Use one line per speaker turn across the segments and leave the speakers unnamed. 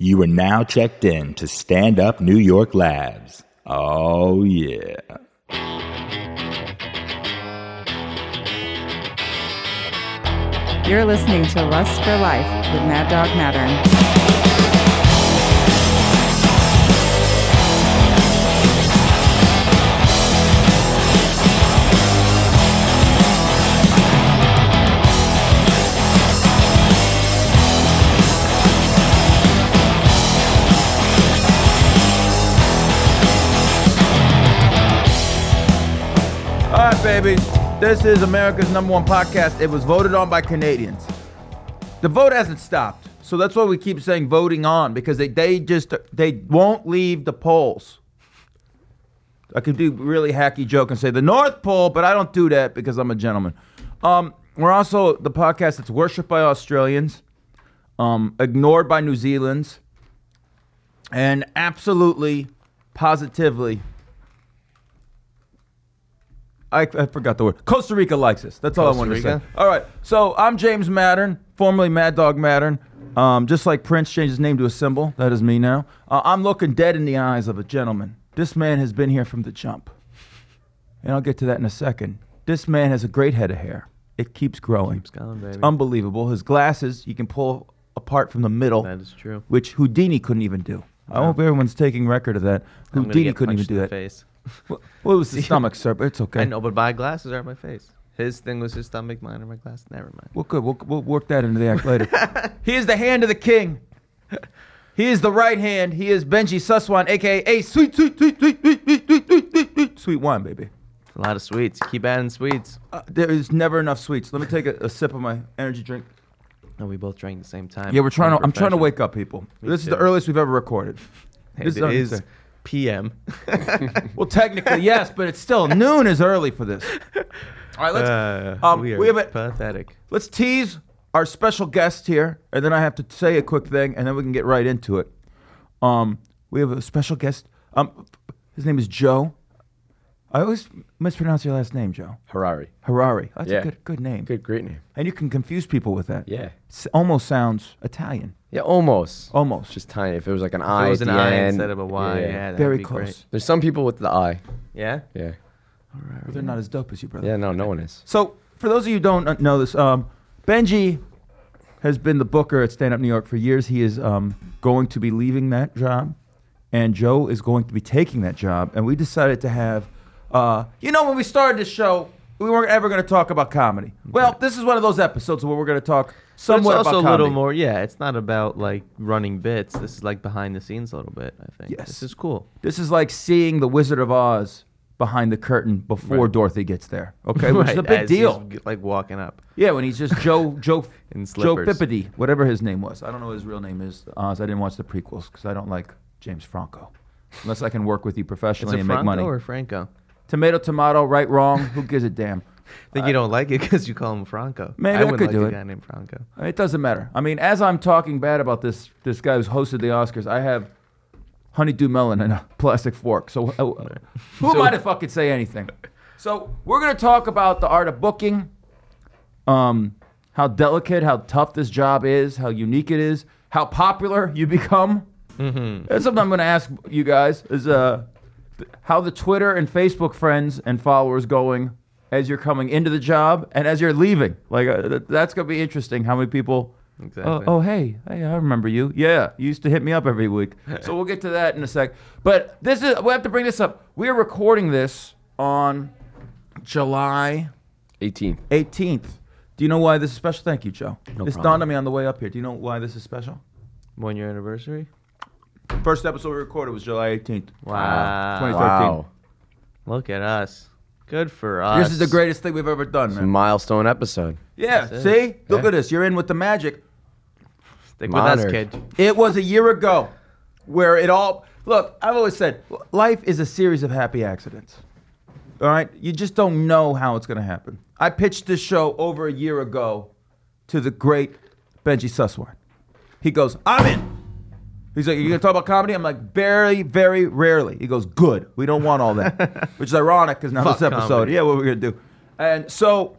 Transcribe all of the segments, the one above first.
You are now checked in to Stand Up New York Labs. Oh, yeah.
You're listening to Lust for Life with Mad Dog Mattern.
All right, baby. This is America's number one podcast. It was voted on by Canadians. The vote hasn't stopped. So that's why we keep saying voting on because they, they just they won't leave the polls. I could do a really hacky joke and say the North Pole, but I don't do that because I'm a gentleman. Um, we're also the podcast that's worshipped by Australians, um, ignored by New Zealanders, and absolutely, positively I, I forgot the word. Costa Rica likes us. That's all I wanted
Rica?
to say. All right. So I'm James Mattern, formerly Mad Dog Mattern. Um, just like Prince changed his name to a symbol, that is me now. Uh, I'm looking dead in the eyes of a gentleman. This man has been here from the jump. And I'll get to that in a second. This man has a great head of hair. It keeps growing. Keeps
going, baby.
It's unbelievable. His glasses, you can pull apart from the middle.
That is true.
Which Houdini couldn't even do. I hope everyone's taking record of that.
I'm gonna
Houdini
get
couldn't even
punched
do
in the
that.
Face.
Well, well, it was the stomach, sir, but it's okay.
I know, but my glasses are my face. His thing was his stomach, mine are my glasses. Never mind.
Well, good. We'll, we'll work that into the act later. he is the hand of the king. He is the right hand. He is Benji Suswan, aka sweet, sweet, sweet, sweet, sweet, sweet, sweet, sweet, sweet, sweet, sweet wine, baby.
A lot of sweets. Keep adding sweets.
Uh, there is never enough sweets. Let me take a, a sip of my energy drink.
No, we both drank at the same time.
Yeah, we're trying to. I'm trying to
Unprofessional.
wake up people. this is the
too.
earliest we've ever recorded.
And
this is
it
unfair.
is PM.
Well, technically yes, but it's still noon is early for this. All right, let's.
Uh,
um,
we are
we have a,
pathetic.
Let's tease our special guest here, and then I have to say a quick thing, and then we can get right into it. Um, we have a special guest. Um, his name is Joe. I always mispronounce your last name, Joe.
Harari.
Harari. That's
Yeah.
a good, good name.
Good, great name.
And you can confuse people with that.
Yeah.
S- almost sounds Italian.
Yeah, almost.
Almost.
Just tiny. If it was like an
If
I,
it was
at
an
the
I
end,
instead of a Y. Yeah, that'd
Very
be
close.
great.
There's some people with the I.
Yeah.
Yeah.
But they're not as dope as you, brother.
Yeah. No, no one is.
So, for those of you who don't uh, know this, um, Benji has been the booker at Stand Up New York for years. He is um, going to be leaving that job, and Joe is going to be taking that job. And we decided to have, uh, you know, when we started this show, we weren't ever going to talk about comedy. Well, this is one of those episodes where we're going to talk
But it's
somewhat
also a
about comedy.
little more. Yeah, it's not about like running bits. This is like behind the scenes a little bit. I think.
Yes.
This is cool.
This is like seeing The Wizard of Oz behind the curtain before Dorothy gets there. Okay, which is a
Right,
big
as he's,
deal.
Like walking up.
Yeah, when he's just Joe Joe
In
Joe
slippers.
Pippity, whatever his name was. I don't know what his real name is. Oz. I didn't watch the prequels because I don't like James Franco. Unless I can work with you
It's
professionally
a
and make money.
Franco or Franco.
Tomato, tomato, right, wrong. Who gives a damn?
I think you don't like it because you call him Franco.
Maybe I
I would
could
like
do
a
it. Oh,
guy named Franco.
It doesn't matter. I mean, as I'm talking bad about this this guy who's hosted the Oscars, I have honeydew melon and a plastic fork. So uh, who am I to fucking say anything? So we're gonna talk about the art of booking, um, how delicate, how tough this job is, how unique it is, how popular you become. That's something I'm gonna ask you guys is uh, th- how the Twitter and Facebook friends and followers going as you're coming into the job and as you're leaving. Like uh, th- that's gonna be interesting. How many people?
Exactly.
Oh, oh, hey, hey, I remember you. Yeah, you used to hit me up every week. so we'll get to that in a sec. But this is we have to bring this up. We are recording this on July
18.
18th. Do you know why this is special? Thank you, Joe. this
problem.
dawned on me on the way up here. Do you know why this is special?
One year anniversary.
First episode we recorded was July 18th.
Wow.
2013.
Wow.
Look at us. Good for us.
This is the greatest thing we've ever done, man.
Milestone episode.
Yeah,
That's
see?
it.
Look
Yeah.
at this. You're in with the magic.
Stick with us,
Monarch.
kid.
It was a year ago where it all. Look, I've always said life is a series of happy accidents. All right? You just don't know how it's going to happen. I pitched this show over a year ago to the great Benji Susswine. He goes, I'm in. He's like, Are you going to talk about comedy? I'm like, Very, very rarely. He goes, Good. We don't want all that. Which is ironic because now
Fuck
this episode,
comedy.
yeah, what we're going to do. And so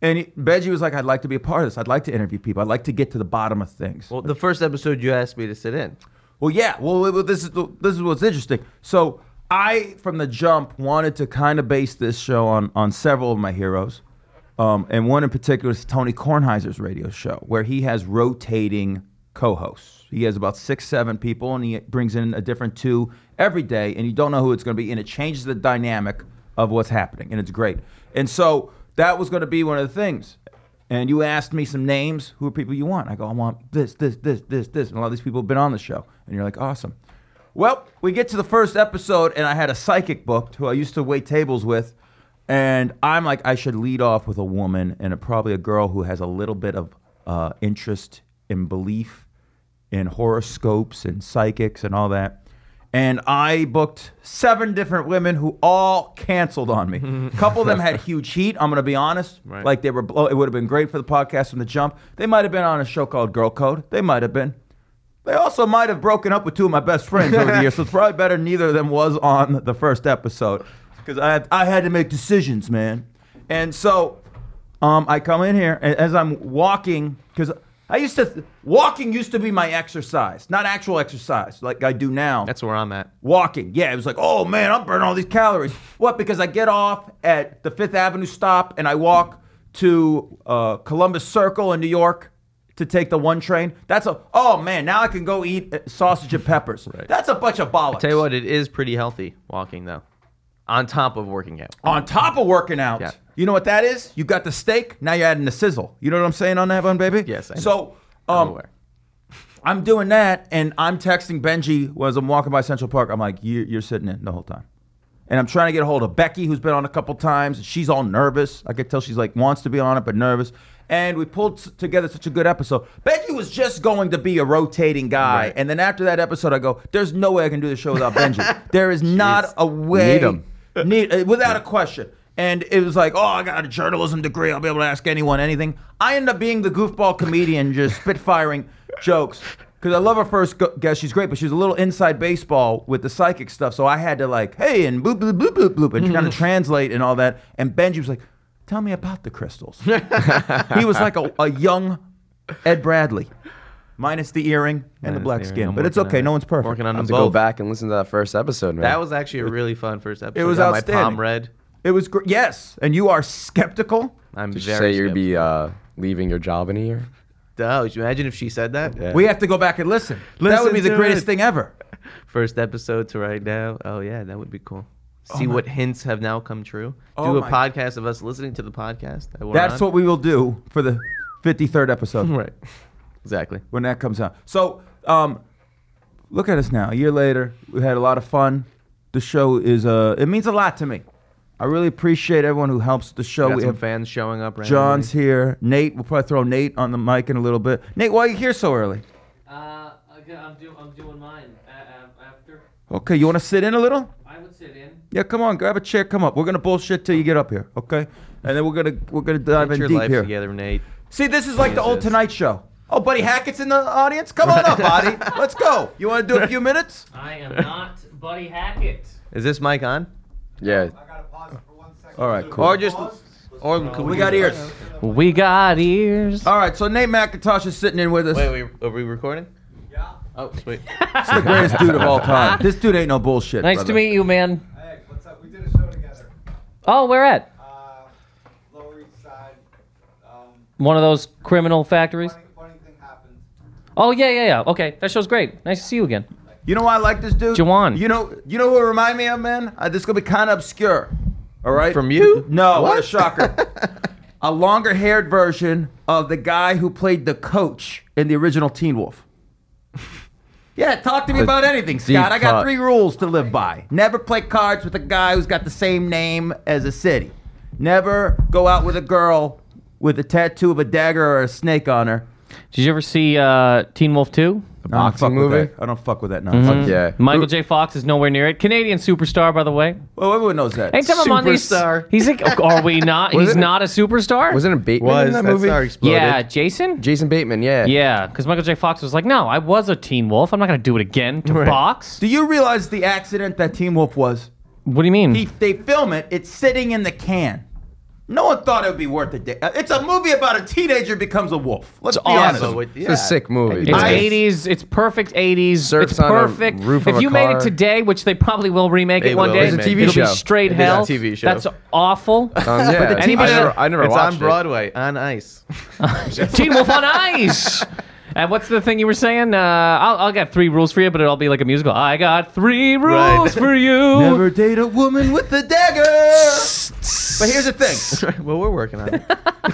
And he, Benji was like, I'd like to be a part of this. I'd like to interview people. I'd like to get to the bottom of things.
Well, the first episode you asked me to sit in.
Well, yeah. Well, it- well, this is the- this is what's interesting. So I, from the jump, wanted to kind of base this show on on several of my heroes, um, and one in particular is Tony Kornheiser's radio show, where he has rotating co-hosts. He has about six, seven people, and he brings in a different two every day, and you don't know who it's going to be, and it changes the dynamic of what's happening, and it's great. And so that was going to be one of the things. And you asked me some names. Who are people you want? I go, I want this, this, this, this, this. And a lot of these people have been on the show. And you're like, awesome. Well, we get to the first episode, and I had a psychic booked who I used to wait tables with. And I'm like, I should lead off with a woman and a, probably a girl who has a little bit of uh, interest in belief in horoscopes and psychics and all that. And I booked seven different women who all canceled on me. A couple of them had huge heat. I'm going to be honest.
Right.
Like they were, blow- it would have been great for the podcast from the jump. They might have been on a show called Girl Code. They might have been. They also might have broken up with two of my best friends over the years, so it's probably better neither of them was on the first episode because I had, I had to make decisions, man. And so um, I come in here and as I'm walking because I used to walking used to be my exercise, not actual exercise like I do now.
That's where I'm at.
Walking. Yeah, it was like, oh man, I'm burning all these calories. What? Because I get off at the Fifth Avenue stop and I walk to uh, Columbus Circle in New York to take the one train. That's a, oh man, now I can go eat uh, sausage and peppers. That's a bunch of bollocks.
Tell you what, it is pretty healthy walking though, on top of working out.
On top of working out,
Yeah.
you know what that is? You got the steak, now you're adding the sizzle. You know what I'm saying on that one, baby?
Yes, I know.
So,
I'm
um,
aware.
I'm doing that, and I'm texting Benji as I'm walking by Central Park. I'm like, you, you're sitting in the whole time. And I'm trying to get a hold of Becky, who's been on a couple times. and She's all nervous. I could tell she's like, wants to be on it, but nervous. And we pulled s- together such a good episode. Benji was just going to be a rotating guy. And then after that episode, I go, there's no way I can do the show without Benji. there is not a way.
Need him.
Need- uh, without a question. And it was like, oh, I got a journalism degree. I'll be able to ask anyone anything. I end up being the goofball comedian, just spitfiring jokes. Because I love her first go- guest. She's great, but she's a little inside baseball with the psychic stuff. So I had to, like, hey, and boop, boop, boop, boop, boop, and
Mm-hmm.
kind of translate and all that. And Benji was like, tell me about the crystals. he was like a, a young Ed Bradley, minus the earring and the
Minus
black
the earring.
skin.
I'm
But it's
working on
okay.
it.
No one's perfect.
Working
I
on them
have to go
both.
back and listen to that first episode, man.
That was actually a really fun first episode.
was
Got My
outstanding.
palm read.
It was great. Yes. And you are skeptical?
I'm
Did you
very.
say you'd be uh, leaving your job in a year?
skeptical. Oh, you imagine if she said that?
Yeah.
We have to go back and listen. that would
Listen
be the
to
greatest
it.
thing ever.
First episode to right now. Oh yeah, that would be cool. See
Oh, my-
what hints have now come true.
Oh
Do a
my-
podcast of us listening to the podcast. That we're
That's
on.
what we will do for the 53rd episode
Right. Exactly.
when that comes out. So, um, look at us now. A year later, we had a lot of fun. The show is uh, it means a lot to me. I really appreciate everyone who helps the show.
Got
we
some
have
fans showing up right
John's here. Nate, we'll probably throw Nate on the mic in a little bit. Nate, why are you here so early?
Uh, okay, I'm doing I'm doing mine. Uh, uh, after
Okay, you want to sit in a little?
I would sit in.
Yeah, come on, grab a chair, come up. We're gonna bullshit till you get up here, okay? And then we're gonna we're gonna dive
Get
in
your
deep
life
here.
together, Nate.
See, this is like the old
Jesus.
Tonight Show. Oh, Buddy Hackett's in the audience. Come on up, Buddy. Let's go. You want to do a few minutes?
I am not Buddy Hackett.
Is this mic on?
Yeah.
All right, cool.
Or just, or could
we got
just-
ears.
We got ears.
All right, so Nate McIntosh is sitting in with us.
Wait, wait, are we recording? Yeah. Oh, sweet.
It's the greatest dude of all time. This dude ain't no bullshit.
Nice to
brother.
meet you, man.
Hey, what's up? We did a show together.
Oh, where at?
Uh, Lower East Side. Um,
One of those criminal factories.
funny, funny thing happened.
Oh yeah, yeah, yeah. Okay, that show's great. Nice to see you again.
You know why I like this dude?
Jawan.
You know, you know who it remind me of, man? Uh, this is gonna be kind of obscure. All right.
From you?
No, what, a shocker. a longer-haired version of the guy who played the coach in the original Teen Wolf. Yeah, talk to me
The
about anything,
deep
Scott. I got
cut.
three rules to live by. Never play cards with a guy who's got the same name as a city. Never go out with a girl with a tattoo of a dagger or a snake on her.
Did you ever see uh, Teen Wolf Two?
I don't fuck
boxing
with
movie? Mm-hmm.
that. I don't fuck with that nonsense.
Yeah.
Michael J. Fox is nowhere near it. Canadian superstar, by the way.
Well, everyone knows that.
Anytime I'm on these,
Superstar.
he's like, oh, are we not? he's
Wasn't it-
not a superstar.
Wasn't it Bateman in
Was
that
that
movie?
star exploded?
Yeah, Jason.
Jason Bateman, yeah.
Yeah, because Michael J. Fox was like, "No, I was a Teen Wolf. I'm not gonna do it again to box."
Do you realize the accident that Team Wolf was?
What do you mean?
He, they film it. It's sitting in the can. No one thought it would be worth a day. It's a movie about a teenager becomes a wolf. Let's be
awesome.
honest.
So it-
It's a sick movie.
It's
dude.
I-
80s. It's perfect 80s.
Surfs
it's
on a
perfect.
roof of
if
a
you made
car.
it today, which they probably will remake
They
it one
will
day,
remake it.
it'll
It's a TV
be
show.
straight
It is a
hell.
TV show.
That's awful.
Um, yeah,
the
it's-
TV
I
show-
never, I never
it's
watched
on Broadway on ice.
Teen Wolf on Ice. And what's the thing you were saying? Uh, I'll, I'll get three rules for you, but it'll be like a musical. I got three rules
Right.
for you.
Never date a woman with a dagger. but here's the thing.
well, we're working on it.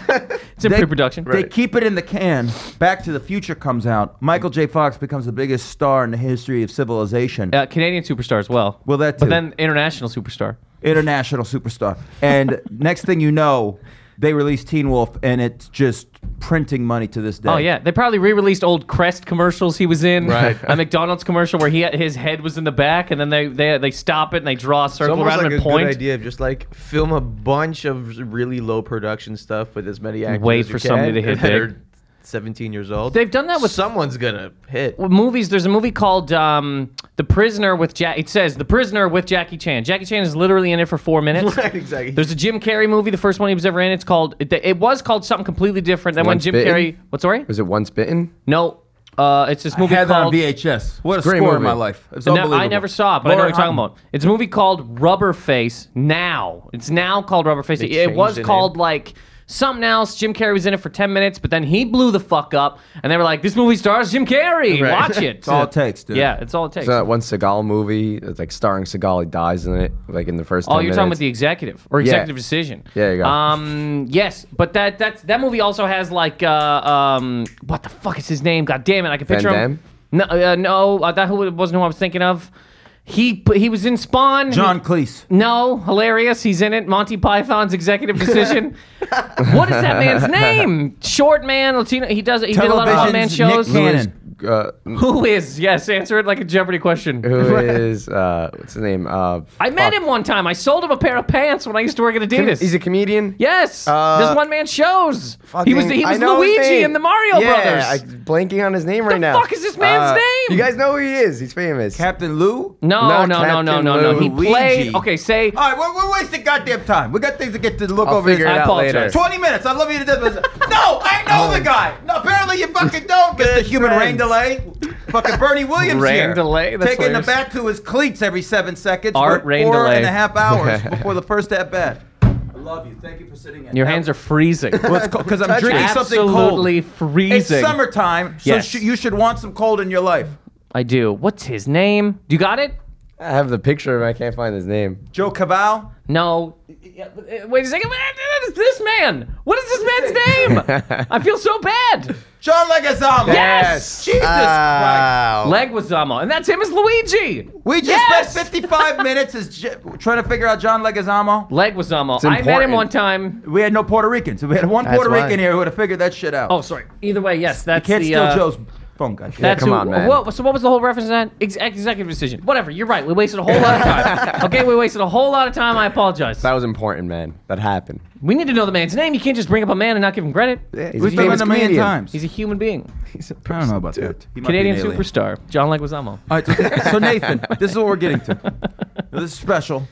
It's in
They-
pre-production.
They keep it in the can. Back to the Future comes out. Michael J. Fox becomes the biggest star in the history of civilization.
Uh, Canadian superstar as well.
Well, that too.
But then international superstar.
international superstar. And next thing you know, they release Teen Wolf, and it's just printing money to this day.
Oh yeah, they probably re-released old Crest commercials he was in.
Right.
A McDonald's commercial where he had, his head was in the back, and then they they, they stop it and they draw a
It's
circle
almost
around
like
him
a
and point.
good idea of just like film a bunch of really low production stuff with as many actors.
Wait
as you
for somebody
can
to hit
that
big.
are Seventeen years old.
They've done that with-
someone's gonna hit.
Well, movies. There's a movie called um, The Prisoner with Jack. It says The Prisoner with Jackie Chan. Jackie Chan is literally in it for four minutes.
Right, exactly.
There's a Jim Carrey movie, the first one he was ever in. It's called. It, it was called something completely different than when
Once
Jim
Bitten?
Carrey. What's sorry?
Was it Once Bitten?
No, uh, it's this movie
had that on
called.
VHS. What a
great
score in
movie.
my life. It's
No,
unbelievable.
I never saw it, but I know what
Lauren
you're talking
Hutton.
about. It's a movie called Rubber Face now. It's now called Rubber Face. It,
changed
was
the name.
called like something else. Jim Carrey was in it for 10 minutes, but then he blew the fuck up, and they were like, this movie stars Jim Carrey.
Right.
Watch it.
It's all it takes, dude.
yeah, it's all it takes.
It's that one Seagal movie. It's like starring Seagal. He dies in it, like in the first.
Oh,
10
you're talking about
minutes.
the executive or executive decision.
There you go.
Um, yes, but that that's that movie also has like uh, um, what the fuck is his name? God damn it, I can picture
Van
him. No, uh, no, uh, that who it wasn't who I was thinking of. He but he was in Spawn.
John Cleese.
No, hilarious. He's in it. Monty Python's executive decision. what is that man's name? Short man, Latino. He does. He did a lot of one man
Television's Nick
shows.
Cannon.
Uh,
Who is? Yes, answer it like a Jeopardy question.
who is uh, what's his name? Uh,
I met
fuck.
him one time. I sold him a pair of pants when I used to work at Adidas.
He's a comedian.
Yes,
Uh,
this one man shows. He
Fucking-
was he
I
was
know his
Luigi
name.
in the Mario
yeah,
Brothers.
I'm blanking on his name right now. Uh,
fuck is this man's
You
name?
guys know who he is. He's famous.
Captain Lou?
no,
not
no, no, no,
Captain Oh,
no, no. He
Luigi.
played. Okay, say
All right, we're, we're wasting goddamn time. We got things to get to look
I'll
over.
figure
this.
it
I
out
apologize.
later. Oh.
20 minutes. I love you to death. but- no, I know the guy. No, apparently you fucking don't. Mr. human rain delay. Fucking Bernie Williams
Rain
here.
delay? That's
Taking the
hilarious.
bat to his cleats every seven seconds.
Art
for
rain
four
delay.
and a half hours before the first at bat. I love you. Thank you for sitting in.
your hands are freezing.
because I'm drinking something cold.
Absolutely
It's
freezing.
summertime, so
Yes.
sh- you should want some cold in your life.
I do. What's his name? You got it?
I have the picture of him. I can't find his name.
Joe Cavall.
No. Yeah, but, uh, Wait a second. What is this man? What is this man's name? I feel so bad.
John Leguizamo.
Yes. Uh,
Jesus Christ.
Leguizamo, and that's him as Luigi.
We just
Yes!
spent 55 minutes as J- trying to figure out John Leguizamo.
Leguizamo. I met him
important.
one time.
We had no Puerto Ricans. If we had one
That's
Puerto
why.
Rican here, we would have figured that shit out.
Oh, sorry. Either way, yes, that's
Can't
the.
steal
uh,
Joe's phone, guys.
That's
come
who,
on, man.
What, so what was the whole reference to that? Ex- executive decision. Whatever. You're right. We wasted a whole lot of time. okay, we wasted a whole lot of time. I apologize.
That was important, man. That happened.
We need to know the man's name. You can't just bring up a man and not give him credit.
Yeah, he's
We've done it a million times.
He's a human being.
I don't know about that. He might be
Canadian
an alien.
superstar, John Leguizamo.
All right, so, so Nathan, this is what we're getting to. Now, This is special.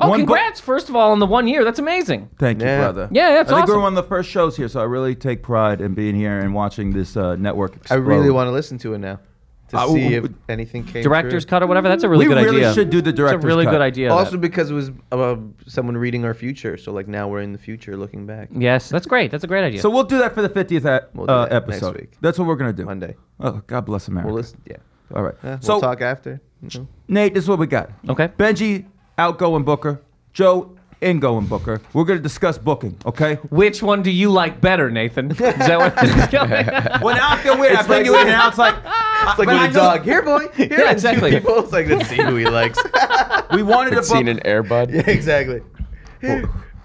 Oh,
One go-
congrats, first of all, on the one year. That's amazing.
Thank
Yeah.
you, brother.
Yeah, that's
I think
awesome.
we're one of the first shows here, so I really take pride in being here and watching this uh, network.
I
Explode.
really want to listen to it now to
I-
see if
w-
anything came.
Director's
true.
cut or whatever. That's a really
We
good
really
idea.
should do the
It's
director's
a really
cut.
good idea. that-
Also, because it was about someone reading our future, so like now we're in the future, looking back.
yes, that's great. That's a great idea.
So we'll do that for the 50th uh,
We'll do
uh,
that next
episode.
week.
That's what we're gonna do.
Monday.
Oh, God bless America.
We'll listen. Yeah.
All right.
Yeah,
so
we'll talk after. you know.
Nate, this is what we got.
okay.
Benji, outgoing booker. Joe, ingoing booker. We're gonna discuss booking. Okay.
Which one do you like better, Nathan? Is that what this is going?
When I feel weird, I bring you in, and I was like,
It's like
but I
with a
know-
dog. Here, boy. Here,
Yeah,
and two
exactly.
People. It's like let's see who he likes.
we wanted to book.
Seen an Airbud.
yeah, exactly.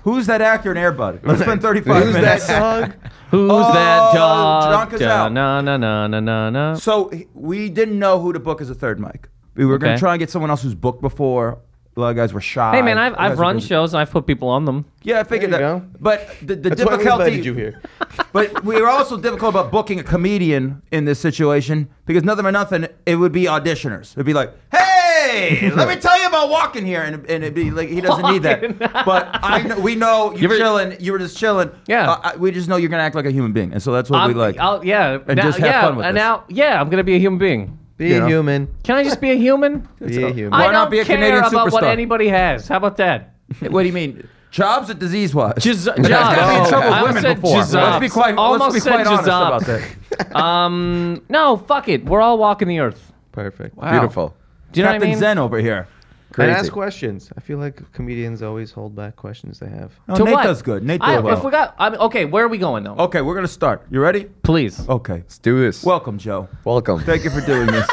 Who's that actor in Airbud? Let's spend 35
Who's
minutes.
that dog?
Who's that
Oh,
dog?
drunk as hell.
Na na na na na na.
So h- we didn't know who to book as a third mic. We were gonna
Okay.
try and get someone else who's booked before. A lot of guys were shy.
Hey man, I've,
You guys
I've
were
run
busy.
shows and I've put people on them.
Yeah, I figured
There you
that.
go.
But the, the
That's why we
difficulty
invited you here.
But we were also difficult about booking a comedian in this situation because nothing or nothing, it would be auditioners. It'd be like, hey, Hey, let me tell you about walking here, and, and it'd be like he doesn't need that. But I, know, we know you're
ever-
chilling. You were just chilling.
Yeah.
Uh, I- we just know you're gonna act like a human being, and so that's what we
I'm-
like.
I'll, yeah.
And
now,
just have
yeah,
fun with
and
this.
now, yeah, I'm gonna be a human being.
Be
You
a
know.
human.
Can I just be a human?
Be a human.
Why
I
not
don't
be a
care
Canadian
about what
superstar?
anybody has. How about that?
what do you mean? Jobs at disease wise.
Giz- Jobs.
gotta be in trouble
I
with
almost
women
said
before.
Jizz-
Let's be quite,
Almost
let's be
said
quite honest
Jizz-
about that.
Um, no, fuck it. We're all walking the earth.
Perfect.
Beautiful.
Do you know
Captain
what I mean?
Zen over here.
And
Crazy.
ask questions. I feel like comedians always hold back questions they have.
No,
To
Nate
what?
does good. Nate
I,
does well.
If we got, I mean, okay, where are we going though?
okay, we're gonna start. You ready?
Oh, Please.
Okay.
Let's do this.
Welcome, Joe.
Welcome.
Thank you for doing this.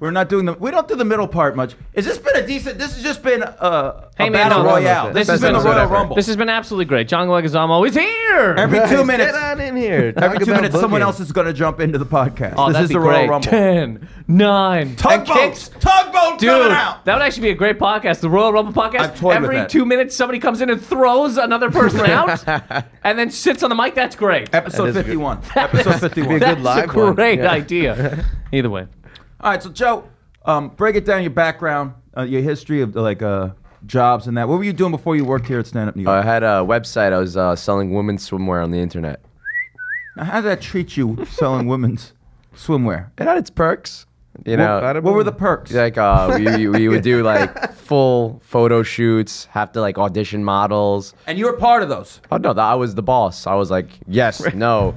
We're not doing the. We don't do the middle part much. Has this been a decent? This has just been uh, a,
Hey,
a
man,
battle
no,
royale. This,
this
has
has
been a
been-
Royal
whatever.
Rumble.
This has been absolutely great. John Leguizamo is here.
every
Guys,
two minutes.
Get on in here. Talk
Every two
about
minutes, someone
booking.
else is going to jump into the podcast.
oh,
this
that'd
is
be
the
great.
Royal Rumble.
Ten, nine, and
Tugboats,
kicks.
tugboat
Dude,
coming out.
that would actually be a great podcast. The Royal Rumble podcast.
I've toyed with
Every
that.
two minutes, somebody comes in and throws another person out, and then sits on the mic. That's great.
Episode
is a good-
fifty-one. Episode fifty-one.
That's
live
a
one,
great
yeah.
idea. Either way,
All right, so Joe, um, break it down. Your background, uh, your history of like uh, jobs and that. What were you doing before you worked here at Stand Up New
I
Uh,
York?
had a website. I was uh, selling women's swimwear on the internet.
Now, how did that treat you selling women's swimwear?
It had its perks. You know,
bada
What were
boom.
the perks?
like uh, we, we would do like full photo shoots, have to like audition models.
And you were part of those.
Oh no, that I was the boss. I was like, yes, no.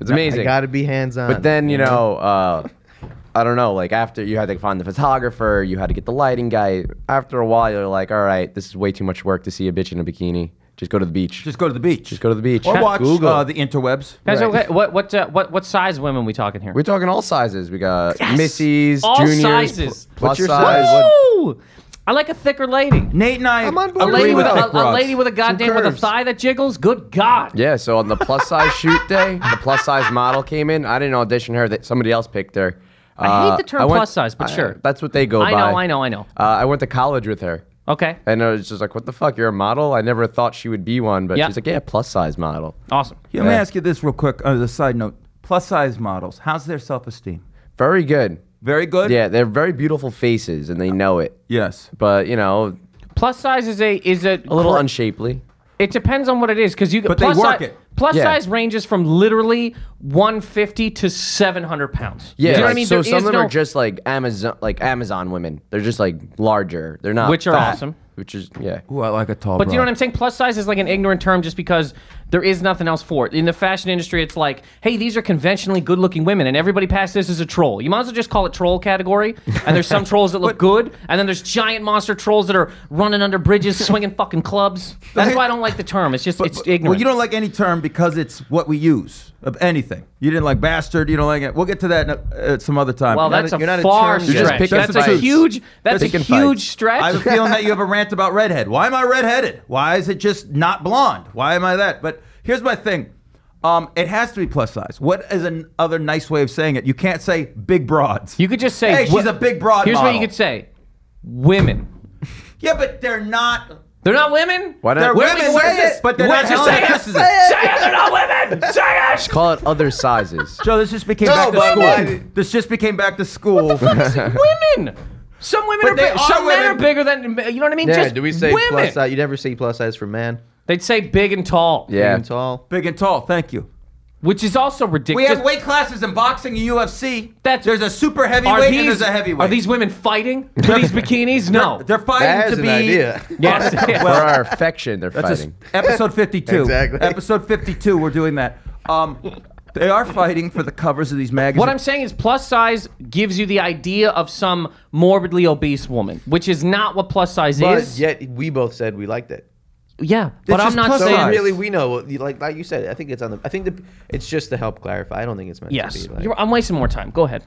It's amazing.
I gotta be hands on.
But then, you know, uh, I don't know, like after you had to find the photographer, you had to get the lighting guy. After a while, you're like, all right, this is way too much work to see a bitch in a bikini. Just go to the beach. Just,
Just go to the beach.
go to the beach.
or watch
Google.
uh, the interwebs.
guys.
Right.
okay, What what uh, what what size women we talking here?
We're talking all sizes. We got Missy's,
All
juniors,
sizes.
pl- plus
What's your
size.
size?
Woo! I like a thicker lady.
Nate and I
I'm on
agree
board.
A lady
with
with a,
thick
a, a
broads.
lady with a goddamn
Some
with a
curves.
thigh that jiggles. Good God!
Yeah, so on the plus size shoot day, the plus size model came in. I didn't audition her; that somebody else picked her.
I hate
Uh,
the term
went-
plus size, but
I-
sure.
that's what they go
I
by.
know, I know, I know.
Uh, I went to college with her,
Okay,
and I was just like, "What the fuck? You're a model? I never thought she would be one." But
Yeah.
she's like, "Yeah, plus size model."
awesome.
Yeah, let me ask you this real quick. On a side note, plus size models. How's their self esteem?
Very good.
Very good.
Yeah, they're very beautiful faces, and they know it.
Yes.
But you know,
Plus size is a is a,
a little unshapely.
It depends on what it is because you.
But they
plus
work
si-
it.
plus
Yeah.
size ranges from literally 150 to 700 pounds.
Yeah,
Do you know what I
like,
mean?
so
There
some
is
of them
no-
are just like Amazon, like Amazon women. They're just like larger. They're not
Which are
fat,
awesome.
Which is yeah.
Ooh, I like a tall.
But do you know what I'm saying? Plus size is like an ignorant term just because there is nothing else for it. In the fashion industry, it's like, hey, these are conventionally good looking women, and everybody past this is a troll. You might as well just call it troll category. And there's some trolls that look good, and then there's giant monster trolls that are running under bridges, swinging fucking clubs. That's why I don't like the term. It's just, it's ignorant.
Well, you don't like any term because it's what we use of anything. You didn't like bastard. You don't like it. We'll get to that in a- at some other time.
well,
You're
that's
not a- you're
a
not a
far
term yet.
You're just
stretch.
picking
That's a
fights.
huge. That's a
Picking
huge
fights.
stretch.
I have a feeling that you have a rant about redhead. Why am I redheaded? Why is it just not blonde? Why am I that? But here's my thing. Um, it has to be plus size. What is another nice way of saying it? You can't say big broads.
You could just say
Hey, she's
wh-
a big broad
Here's what
model.
you could say: women.
yeah, but they're not.
They're not women.
Why not?
They're
Where do
women,
we wear
say it,
this?
but they're
Where'd
not
you
Helen
say it?
Christensen.
Say it, they're not women. Say it.
Call it other sizes.
Joe, this just became
No,
back to
but
school.
why-
This just became back to school.
women. Some women
But
are,
they
big,
are
some men
women.
are bigger than you know what I mean.
yeah,
Just
do we say
women?
plus size? You never say plus size for man.
They'd say big and tall,
Yeah.
Big and tall.
Big and tall. Thank you.
which is also
We
ridiculous.
have weight classes in boxing and UFC.
That's-
there's a super
are
heavyweight
these,
and there's a heavyweight.
Are these women fighting for these bikinis? No.
They're fighting to
That's an
be.
idea.
yes. yes.
For our affection, they're
That's a-
fighting.
episode 52.
Exactly.
Episode 52. We're doing that. Um, they are fighting for the covers of these magazines.
What I'm saying is, plus size gives you the idea of some morbidly obese woman, which is not what plus size
But
is.
yet we both said we liked it.
yeah, but I'm
just
not
plus
So
saying.
size.
really, we know. Like like you said, I think it's on the. I think the. It's just to help clarify. I don't think it's meant
Yes,
to be. Like,
You're, I'm wasting more time. Go ahead.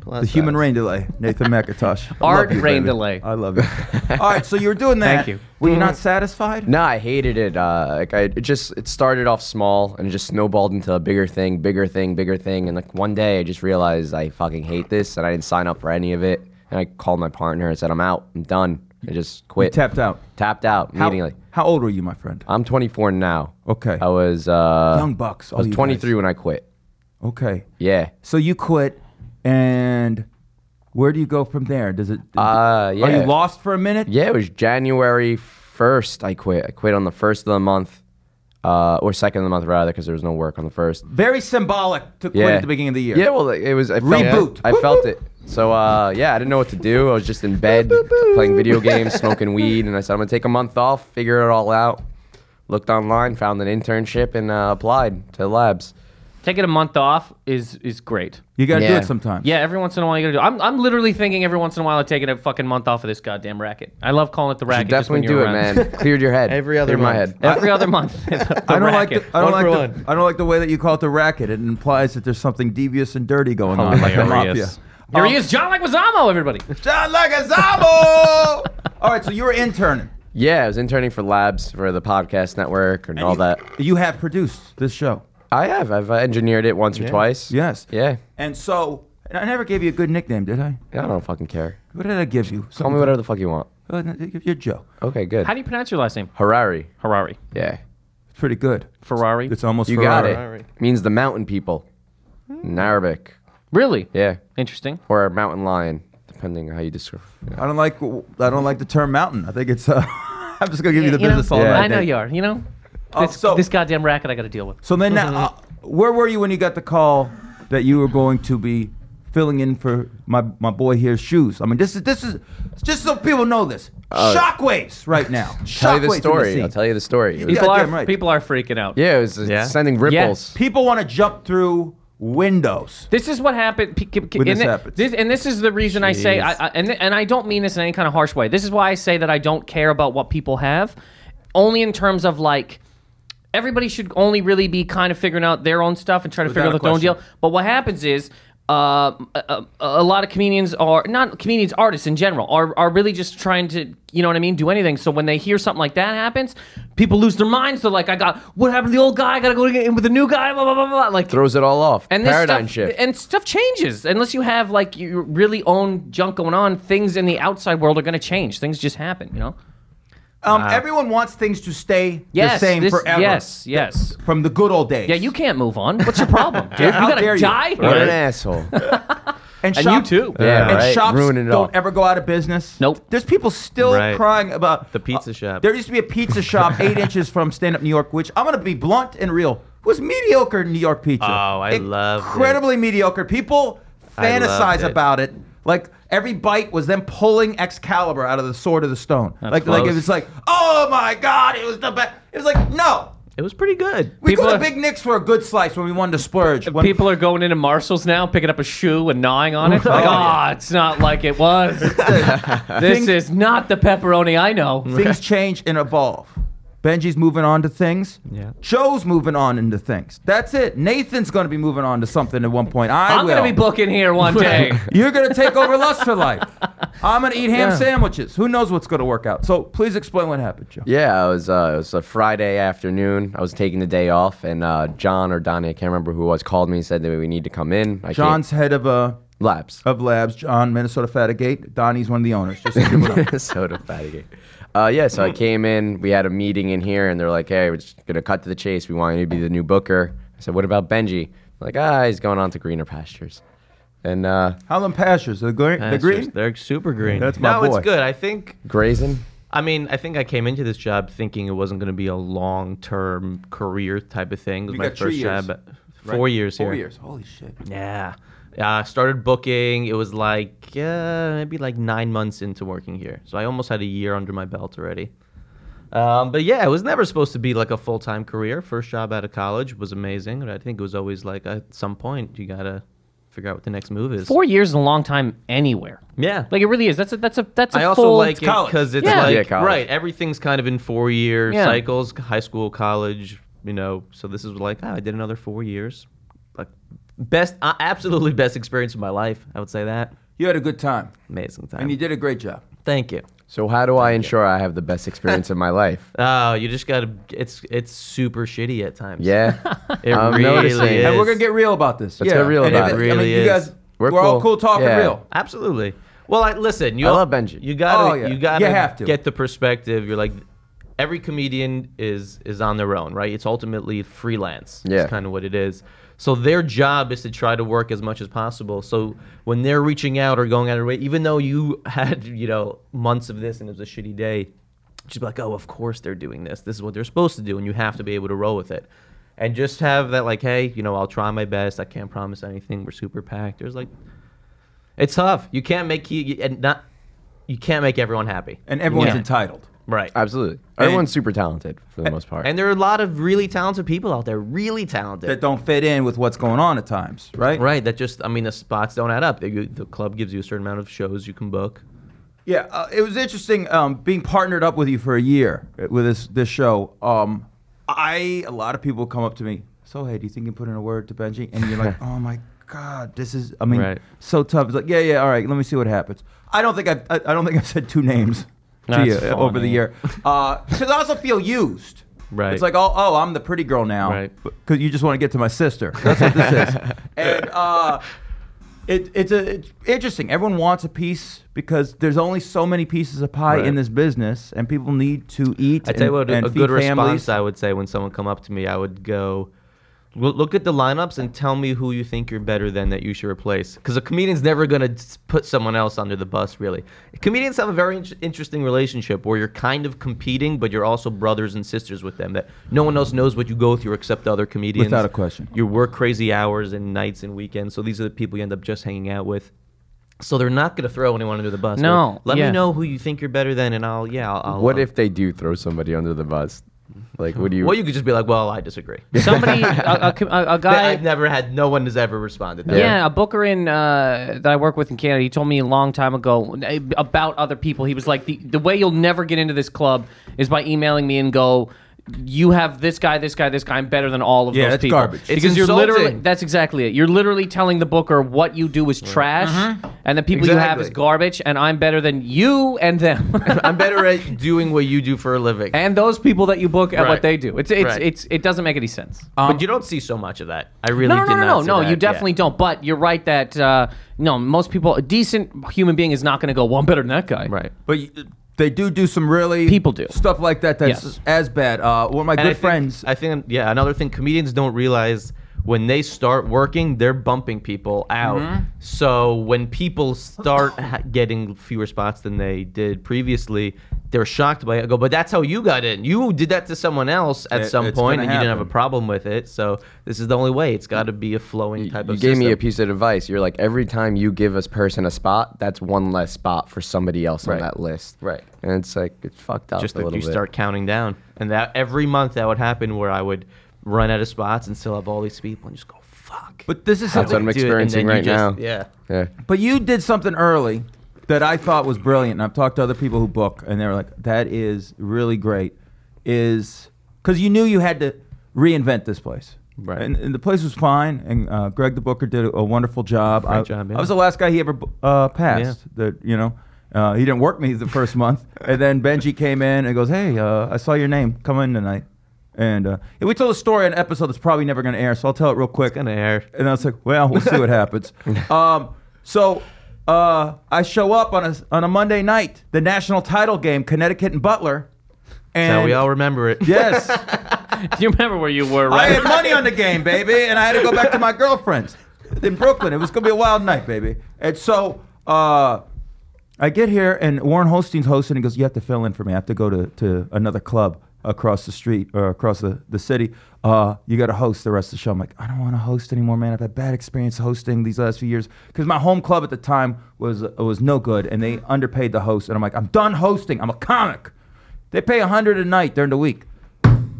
plus
the human
size.
rain delay, Nathan McIntosh. I
Art
love you,
rain
baby.
delay.
I love you. All right, so you were doing that.
Thank you.
Were you not satisfied?
Mm-hmm. No, I hated it. Uh, like I, it just it started off small and it just snowballed into a bigger thing, bigger thing, bigger thing. And like one day, I just realized I fucking hate this, and I didn't sign up for any of it. And I called my partner and said, "I'm out. I'm done." I just quit.
tapped out.
Tapped out
How,
immediately. Uh,
how old were you, my friend?
I'm 24 now.
Okay.
I was uh,
Young bucks,
I
all
was
you guys.
23 when I quit.
Okay.
Yeah.
So you quit, and Where do you go from there? Does it?
Uh,
Are
yeah.
you lost for a minute?
Yeah, it was January 1st I quit. I quit on the 1st of the month, uh, or 2nd of the month, rather, because there was no work on the 1st.
Very symbolic to quit
Yeah.
at the beginning of the year.
Yeah, well, it was. I felt,
Reboot.
I felt it. So, uh, yeah, I didn't know what to do. I was just in bed playing video games, smoking weed, and I said, I'm going to take a month off, figure it all out. Looked online, found an internship, and uh, applied to labs.
Taking a month off is is great.
You got to do
Yeah.
it sometimes.
Yeah, every once in a while you gotta do. I'm I'm literally thinking every once in a while of taking a fucking month off of this goddamn racket. I love calling it the
You
racket. just when
definitely do
you're
it,
around.
man. Cleared your head.
Every other
Cleared my
month.
head.
Every other month. the
I don't
racket.
like. The, I don't
One
like.
for
The,
one.
I don't like the way that you call it the racket. It implies that there's something devious and dirty going on, like the mafia.
Oh, Hilarious.
Here he is, John Leguizamo. Everybody.
John Leguizamo. All right, so you were interning.
Yeah, I was interning for labs for the podcast network and, all
you,
that.
You have produced this show.
I have. I've uh, engineered it once or twice.
Yes.
Yeah.
And so, and I never gave you a good nickname, did I?
I don't fucking care.
What did I give you? Oh,
Call me whatever the fuck you want.
whatever. You're Joe.
Okay, good.
How do you pronounce your last name?
Harari.
Harari.
Yeah.
It's pretty good.
Ferrari.
It's almost
You got
Ferrari.
it. Means the mountain people in Arabic.
Really?
Yeah.
Interesting.
Or a mountain lion, depending on how you describe
I don't like. I don't like the term mountain. I think it's. Uh, I'm just gonna give you the
You know,
business all
Yeah.
night.
I know
Dave.
you are. You know,
Oh,
this,
so-
this goddamn racket I got to deal with.
So then, now, uh, where were you when you got the call that you were going to be filling in for my my boy here's shoes? I mean, this is this is just so people know this. Shockwaves right now.
Uh, Tell you
Shockwaves
the
in
story.
scene.
I'll tell you the story. It was-
Yeah.
People are
Goddamn right.
people are freaking out.
yeah, it was uh,
Yeah.
sending ripples.
People want to jump through windows.
This is what happened. pe- ke- ke-
When
and,
this
thi-
happens.
this- and this is the reason I say, I, I, and, th- and I don't mean this in any kind of harsh way. This is why I say that I don't care about what people have, only in terms of like, everybody should only really be kind of figuring out their own stuff and trying to figure out
Without a
their
question.
own deal. But what happens is, uh, a, a, a lot of comedians are not comedians, artists in general are, are really just trying to, you know what I mean, do anything. So when they hear something like that happens, people lose their minds. They're like, I got what happened to the old guy? I gotta go in with the new guy. Blah blah blah blah. Like
Throws it all off.
and this
Paradigm
stuff,
shift.
And stuff changes unless you have like you really own junk going on. Things in the outside world are going to change. Things just happen, you know.
Um, Everyone wants things to stay
Yes,
the same
this-
forever.
yes, yes.
From the good old days.
Yeah, you can't move on. What's your problem, dude? You
How dare
gotta
you.
die.
what an
here?
asshole.
And,
And
shop-
you too.
Yeah,
and
right?
shops
Ruining it
don't
all.
ever go out of business.
Nope.
There's people still
Right.
crying about uh,
The pizza shop.
There used to be a pizza shop eight inches from Stand Up New York, which I'm going to be blunt and real was mediocre New York pizza.
Oh, I loved it.
incredibly mediocre. People
I
fantasize
loved it.
about it. Like every bite was them pulling Excalibur out of the sword of the stone. like, like it
close.
was like, oh my god, it was the best. It was like, no,
It was pretty good.
we
People
go to
are-
Big Nick's for a good slice when we wanted to splurge. When-
People are going into Marshalls now, picking up a shoe and gnawing on it. Like,
Oh,
oh,
yeah.
it's not like it was. this is not the pepperoni I know.
things change and evolve. Benji's moving on to things.
Yeah.
Joe's moving on into things. That's it. Nathan's going to be moving on to something at one point. I
I'm
will.
gonna be booking here one day.
You're going to take over Lust for Life. I'm going to eat ham sandwiches. Who knows what's going to work out? So please explain what happened, Joe.
Yeah, it was, uh, it was a Friday afternoon. I was taking the day off, and uh, John or Donnie, I can't remember who it was, called me and said that we need to come in. I
John's head of uh,
can't- labs.
of labs. John, Minnesota Fatigate. Donnie's one of the owners. Just so you know.
Minnesota Fatigate. Uh, yeah, so I came in. We had a meeting in here, and they're like, "Hey, we're just gonna cut to the chase. We want you to be the new booker." I said, "What about Benji?" They're like, ah, he's going on to greener pastures. And uh,
Howland Pastures. The green. The
Pastures,
green?
They're super green.
That's my
no,
boy.
it's good. I think.
grazing.
I mean, I think I came into this job thinking it wasn't going to be a long-term career type of thing. It was
You
my
got
first
three years,
job. Four years here.
Four years. Holy shit.
Yeah. Yeah, I started booking. It was like uh, maybe like nine months into working here, so I almost had a year under my belt already. Um, but yeah, it was never supposed to be like a full time career. First job out of college was amazing, but I think it was always like at some point you gotta figure out what the next move is.
Four years is a long time anywhere.
Yeah,
Like it really is. That's a that's a that's a
I also
full
like it because it's
Yeah.
like
Yeah, college.
right. Everything's kind of in four year
Yeah.
cycles: high school, college. You know, so this is like ah, I did another four years. Like best, uh, absolutely best experience of my life. I would say that
You had a good time,
amazing time.
and you did a great job.
Thank you.
So how do I ensure I have the best experience of my life?
Oh, you just gotta. It's it's super shitty at times.
Yeah,
it
I'm
really
noticing.
is.
And
And we're gonna get real about this.
Let's get real
And if
about it.
I mean,
Really
you
is.
guys, we're,
We're
all cool
cool.
talking
Yeah.
real.
absolutely. Well, I listen. You
I
all-
love Benji.
You gotta.
Oh, yeah.
You gotta.
You have to.
get the perspective. You're like, every comedian is is on their own, right? It's ultimately freelance.
Yeah.
It's kind of what it is. So their job is to try to work as much as possible. So when they're reaching out or going out of their way, even though you had you know months of this and it was a shitty day, just be like, oh, of course they're doing this. This is what they're supposed to do, and you have to be able to roll with it. And just have that like, hey, you know, I'll try my best. I can't promise anything. We're super packed. There's like, it's tough. You can't make you and not, you can't make everyone happy.
And everyone's
Yeah.
entitled.
Right.
Absolutely. Everyone's super talented for the most part.
And there are a lot of really talented people out there, really talented.
That don't fit in with what's going on at times, right?
right. That just, I mean, the spots don't add up. They- you- The club gives you a certain amount of shows you can book.
Yeah, uh, it was interesting um, being partnered up with you for a year uh, with this this show. Um, I a lot of people come up to me. So hey, do you think you can put in a word to Benji? And you're like, oh my god, this is. I mean,
Right.
so tough. It's like, yeah, yeah, all right. Let me see what happens. I don't think I've, I, I don't think I've said two names to
That's
you uh, over the
funny.
year because I also feel used.
Right.
It's like, oh, oh, I'm the pretty girl now.
Right.
Because you just want to get to my sister. That's what this is. And uh, it, it's a it's interesting. Everyone wants a piece because there's only so many pieces of pie
Right.
in this business, and people need to eat.
I tell you
and-
what, a
and
a
feed
good
families.
response uh, I would say when someone come up to me, I would go, "Loo- look at the lineups and tell me who you think you're better than that you should replace. Because a comedian's never gonna s- put someone else under the bus, really. Comedians have a very in- interesting relationship where you're kind of competing, but you're also brothers and sisters with them. That no one else knows what you go through except the other comedians.
Without a question.
You work crazy hours and nights and weekends, so these are the people you end up just hanging out with. So they're not gonna throw anyone under the bus. They're
No,
like, let
yeah.
me know who you think you're better than, and I'll yeah. I'll, I'll
what
uh,
if they do throw somebody under the bus? Like, what do you?
well, you could just be like, well, I disagree.
Somebody, a, a- a, a
I,
guy.
have never had, no one has ever responded. That
Yeah. a booker in uh, that I work with in Canada. He told me a long time ago uh, about other people. He was like, the, the way you'll never get into this club is by emailing me and go, you have this guy, this guy, this guy. I'm better than all of
Yeah,
those
that's
people.
garbage. It's
Because you're
insulting.
literally that's exactly it. You're literally telling the booker what you do is trash, and the people you have
Exactly.
is garbage, and I'm better than you and them.
I'm better at doing what you do for a living.
and those people that you book at what
Right.
they do. It's it's
Right.
it's it doesn't make any sense.
but you don't see so much of that. I really
No, no,
did
no, no,
not
no,
see
no.
that.
You definitely
Yeah.
don't. But you're right that uh, no, most people, a decent human being is not going to go. Well, I'm better than that guy.
Right.
But y- they do do some really
People do.
stuff like that. That's
Yes.
as bad. Uh, one of my
And
good
I think-
friends.
I think, yeah, another thing comedians don't realize when they start working, they're bumping people out.
Mm-hmm.
So when people start ha- getting fewer spots than they did previously, they're shocked by it. I go, but that's how you got in. You did that to someone else at
It-
some
it's
point,
gonna
and you didn't have a
happen.
problem with it. So this is the only way. It's got to be a flowing
You-
type
you
of.
gave me a
system.
piece of advice. You're like, every time you give a person a spot, that's one less spot for somebody else
Right.
on that list.
Right.
And it's like it's fucked up
just
a
that
little
you
bit.
start counting down and that every month that would happen where i would run out of spots and still have all these people and just go fuck
but this is
That's
something
what I'm
do it, and then
experiencing
you
right
just-
now.
yeah
yeah.
But you did something early that I thought was brilliant, and I've talked to other people who book, and they were like, "That is really great," is because you knew you had to reinvent this place.
Right.
And, and the place was fine, and uh, Greg the Booker did a, a wonderful job. I,
job,
I
yeah.
was the last guy he ever bu- uh, passed. That you know. Uh, he didn't work me the first month, and then Benji came in and goes, "Hey, uh, I saw your name. Come in tonight." And uh, yeah, we told a story on an episode that's probably never going to air, so I'll tell it real quick.
gonna air.
And I was like, well, we'll see what happens. Um, so uh, I show up on a on a Monday night, the national title game, Connecticut and Butler. And
now we all remember it
yes,
You remember where you were,
I
right?
had money on the game, baby, and I had to go back to my girlfriend's in Brooklyn. It was gonna be a wild night, baby. And so uh, I get here, and Warren Holstein's hosting. He goes, "You have to fill in for me. I have to go to, to another club across the street or across the, the city. Uh, you got to host the rest of the show." I'm like, "I don't want to host anymore, man. I've had bad experience hosting these last few years because my home club at the time was was no good, and they underpaid the host. And I'm like, I'm done hosting. I'm a comic. They pay a hundred a night during the week.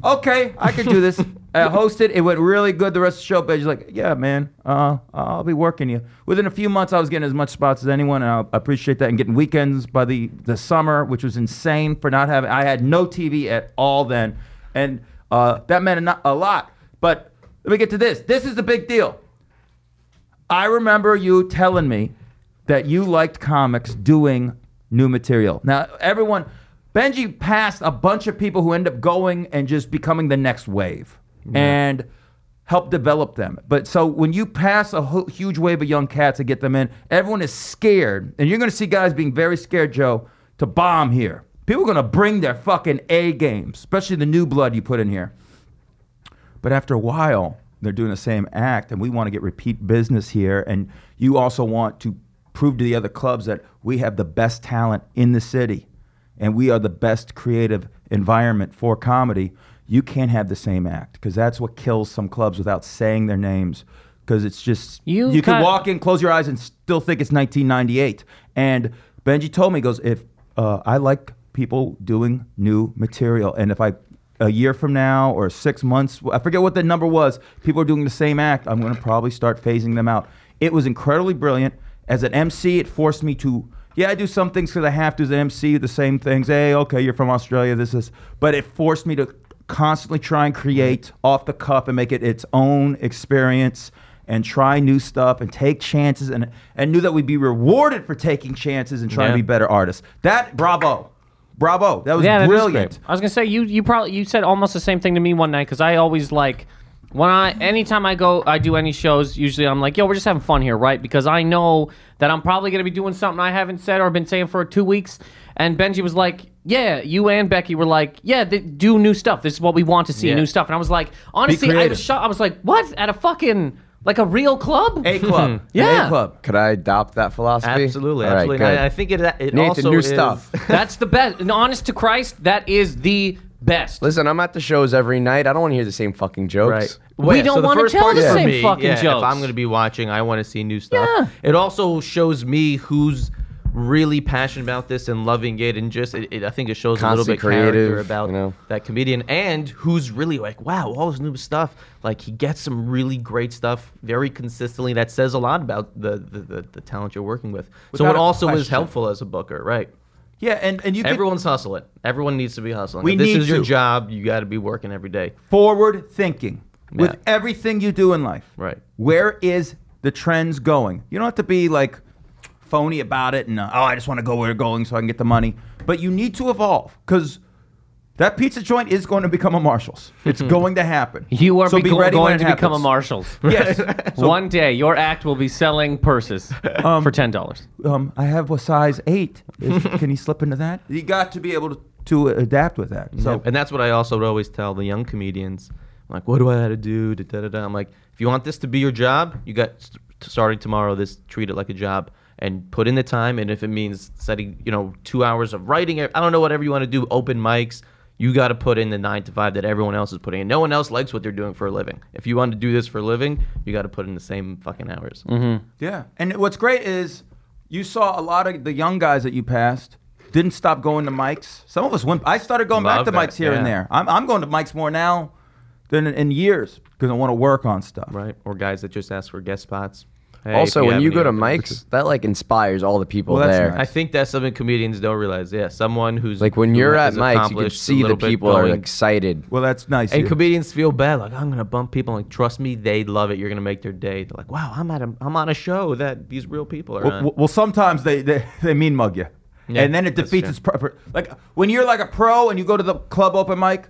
Okay, I can do this. I hosted. It went really good. The rest of the show, but he's like, "Yeah, man, uh, I'll be working you." Within a few months, I was getting as much spots as anyone, and I appreciate that. And getting weekends by the the summer, which was insane for not having. I had no TV at all then, and uh, that meant a, no- a lot. But let me get to this. This is the big deal. I remember you telling me that you liked comics doing new material. Now, everyone, Benji passed a bunch of people who end up going and just becoming the next wave and help develop them. But so when you pass a hu- huge wave of young cats and get them in, everyone is scared. And you're going to see guys being very scared, Joe, to bomb here. People are going to bring their fucking A games, especially the new blood you put in here. But after a while, they're doing the same act, and we want to get repeat business here, and you also want to prove to the other clubs that we have the best talent in the city, and we are the best creative environment for comedy. You can't have the same act because that's what kills some clubs without saying their names. Because it's just
You
you can
kinda-
walk in, close your eyes, and still think it's 1998. And Benji told me, he goes, if uh, I like people doing new material, and if I a year from now or six months, I forget what the number was, people are doing the same act, I'm going to probably start phasing them out. It was incredibly brilliant. As an MC, it forced me to. Yeah, I do some things because I have to as an MC, the same things. Hey, okay, you're from Australia, this is. But it forced me to constantly try and create off the cuff and make it its own experience and try new stuff and take chances and and knew that we'd be rewarded for taking chances and trying
Yeah.
to be better artists. That bravo. Bravo. That was
yeah, that is
brilliant.
great. I was gonna say you you probably you said almost the same thing to me one night because I always like when I anytime I go I do any shows usually I'm like yo we're just having fun here right because I know that I'm probably gonna be doing something I haven't said or been saying for two weeks and Benji was like yeah you and Becky were like yeah th- do new stuff this is what we want to see
Yeah.
new stuff and I was like honestly I
creative.
was shocked I was like what at a fucking like a real club
A club.
Yeah.
A club.
Could I adopt that philosophy?
Absolutely,
All right,
absolutely.
good.
And I, I think it, it
Nathan,
also
new
is-
stuff.
that's the best and honest to Christ that is the best
Listen, I'm at the shows every night. I don't want to hear the same fucking jokes.
Right.
We don't
the
wanna
first
tell
part
the
for
same fucking
yeah, If
jokes.
I'm going to be watching, I want to see new stuff.
Yeah.
It also shows me who's really passionate about this and loving it, and just it, it- I think it shows a little
Constantly
bit character
creative,
about
you know.
that comedian and who's really like, wow, all this new stuff. Like he gets some really great stuff very consistently. That says a lot about the the, the, the talent you're working with. so
Without
it
a
also is
question.
helpful as a booker, right?
Yeah, and, and you could-
Everyone's hustling. Everyone needs to be hustling.
We
if this
need
is your
to.
job. You got to be working every day.
forward thinking with
Yeah.
everything you do in life.
Right.
Where is the trends going? You don't have to be like phony about it and uh, oh, I just want to go where they're going so I can get the money. But you need to evolve because that pizza joint is going to become a Marshalls. It's going to happen.
Hmm. You are
so
be-
be ready when
going
it
to become a
happens.
Marshalls.
Yes. So,
One day, your act will be selling purses for ten dollars.
um, I have a size eight. Is- can you slip into that? You got to be able to, to adapt with that. So
and that's what I also would always tell the young comedians. I'm like, what do I have to do? Da, da, da, da. I'm like, if you want this to be your job, you got st- starting tomorrow. This treat it like a job and put in the time. And if it means setting, you know, two hours of writing, I don't know, whatever you want to do, open mics. You got to put in the nine to five that everyone else is putting in. No one else likes what they're doing for a living. If you want to do this for a living, you got to put in the same fucking hours.
Mm-hmm. Yeah. And what's great is you saw a lot of the young guys that you passed didn't stop going to mics. Some of us went. I started going
Love
back to
that,
mics here and
yeah.
there. I'm, I'm going to mics more now than in, in years because I want to work on stuff.
Right? Or guys that just ask for guest spots. Hey,
Also,
if
when
have
you
any
go to
open-
mics, that like inspires all the people
Well, that's
there.
nice.
I think that's something comedians don't realize. Yeah, someone who's
Like when
who
you're at
has
mics, you can
accomplished a
see the
little bit
people are
going-
excited.
Well, that's nice.
and
yeah.
comedians feel bad. Like I'm gonna bump people. Like trust me, they love it. You're gonna make their day. They're like, wow, I'm at a I'm on a show that these real people are
well,
on.
well, well, sometimes they, they, they mean mug you.
Yeah,
and then it
that's
defeats
true.
its proper. Like when you're like a pro and you go to the club open mic,